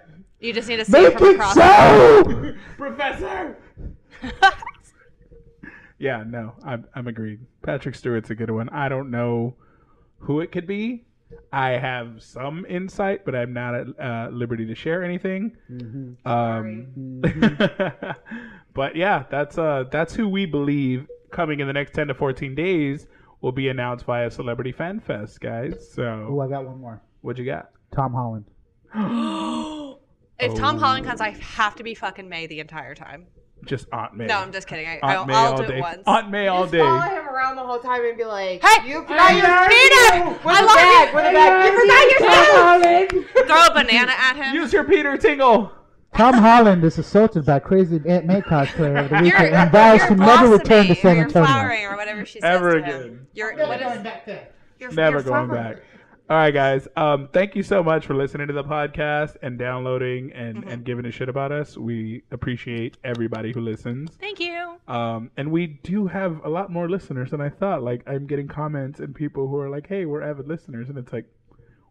Speaker 1: card,
Speaker 3: You just need to see it
Speaker 5: Make
Speaker 3: from
Speaker 5: it
Speaker 1: [GASPS] [LAUGHS]
Speaker 3: across.
Speaker 5: so.
Speaker 1: Professor. Yeah, no, I'm I'm agreed. Patrick Stewart's a good one. I don't know who it could be. I have some insight, but I'm not at uh, liberty to share anything.
Speaker 5: Mhm,
Speaker 1: Um,
Speaker 5: mhm.
Speaker 1: [LAUGHS] but yeah, that's uh that's who we believe coming in the next ten to fourteen days will be announced via Celebrity Fan Fest, guys.
Speaker 5: oh,
Speaker 1: So
Speaker 5: I got one more.
Speaker 1: what you got?
Speaker 5: Tom Holland.
Speaker 3: [LAUGHS] if
Speaker 1: Oh.
Speaker 3: Tom Holland comes, I have to be fucking May the entire time.
Speaker 1: Just Aunt May.
Speaker 3: No, I'm just kidding. I,
Speaker 1: Aunt
Speaker 3: I'll,
Speaker 1: May
Speaker 3: I'll
Speaker 1: all
Speaker 3: do
Speaker 1: day.
Speaker 3: it once.
Speaker 1: Aunt May all
Speaker 4: just follow
Speaker 1: day.
Speaker 4: him around the whole time and be like,
Speaker 3: Hey,
Speaker 4: you
Speaker 3: now you need it.
Speaker 4: Where's
Speaker 3: I
Speaker 4: the
Speaker 3: love
Speaker 4: bag?
Speaker 3: you.
Speaker 4: Where's the bag? You forgot your
Speaker 3: Throw a banana at him.
Speaker 1: Use your Peter Tingle.
Speaker 5: Tom Holland is assaulted by crazy Aunt May cosplayer over the
Speaker 3: [LAUGHS] You're,
Speaker 5: weekend and vows to
Speaker 3: you're
Speaker 5: never return to
Speaker 3: blossoming or
Speaker 5: San
Speaker 3: you're
Speaker 5: Antonio.
Speaker 3: flowering or whatever she says
Speaker 1: Ever
Speaker 3: to him.
Speaker 1: again.
Speaker 3: You're,
Speaker 2: Never
Speaker 3: what is,
Speaker 2: going back there.
Speaker 3: you're,
Speaker 1: Never
Speaker 3: you're
Speaker 1: going
Speaker 3: flowering.
Speaker 1: back. All right, guys. Um, thank you so much for listening to the podcast and downloading and,
Speaker 3: Mm-hmm.
Speaker 1: and giving a shit about us. We appreciate everybody who listens.
Speaker 3: Thank you.
Speaker 1: Um, and we do have a lot more listeners than I thought. Like I'm getting comments and people who are like, "Hey, we're avid listeners," and it's like,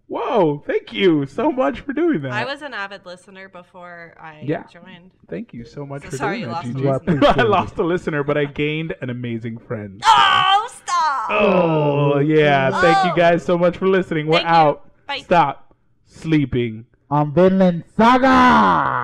Speaker 1: "Whoa, thank you so much for doing that."
Speaker 3: I was an avid listener before I
Speaker 1: Yeah.
Speaker 3: joined.
Speaker 1: thank you so much
Speaker 3: So
Speaker 1: for
Speaker 3: sorry
Speaker 1: doing
Speaker 3: you
Speaker 1: that.
Speaker 3: lost a
Speaker 1: Gigi.
Speaker 3: listener.
Speaker 5: Well, I appreciate
Speaker 1: [LAUGHS] I
Speaker 5: it.
Speaker 1: lost a listener, but I gained an amazing
Speaker 3: [LAUGHS]
Speaker 1: friend.
Speaker 3: Oh, stop!
Speaker 1: Oh yeah, thank you
Speaker 3: Oh.
Speaker 1: guys so much for listening. We're
Speaker 3: Thank you.
Speaker 1: out.
Speaker 3: Bye.
Speaker 1: Stop sleeping.
Speaker 5: On Vinland Saga!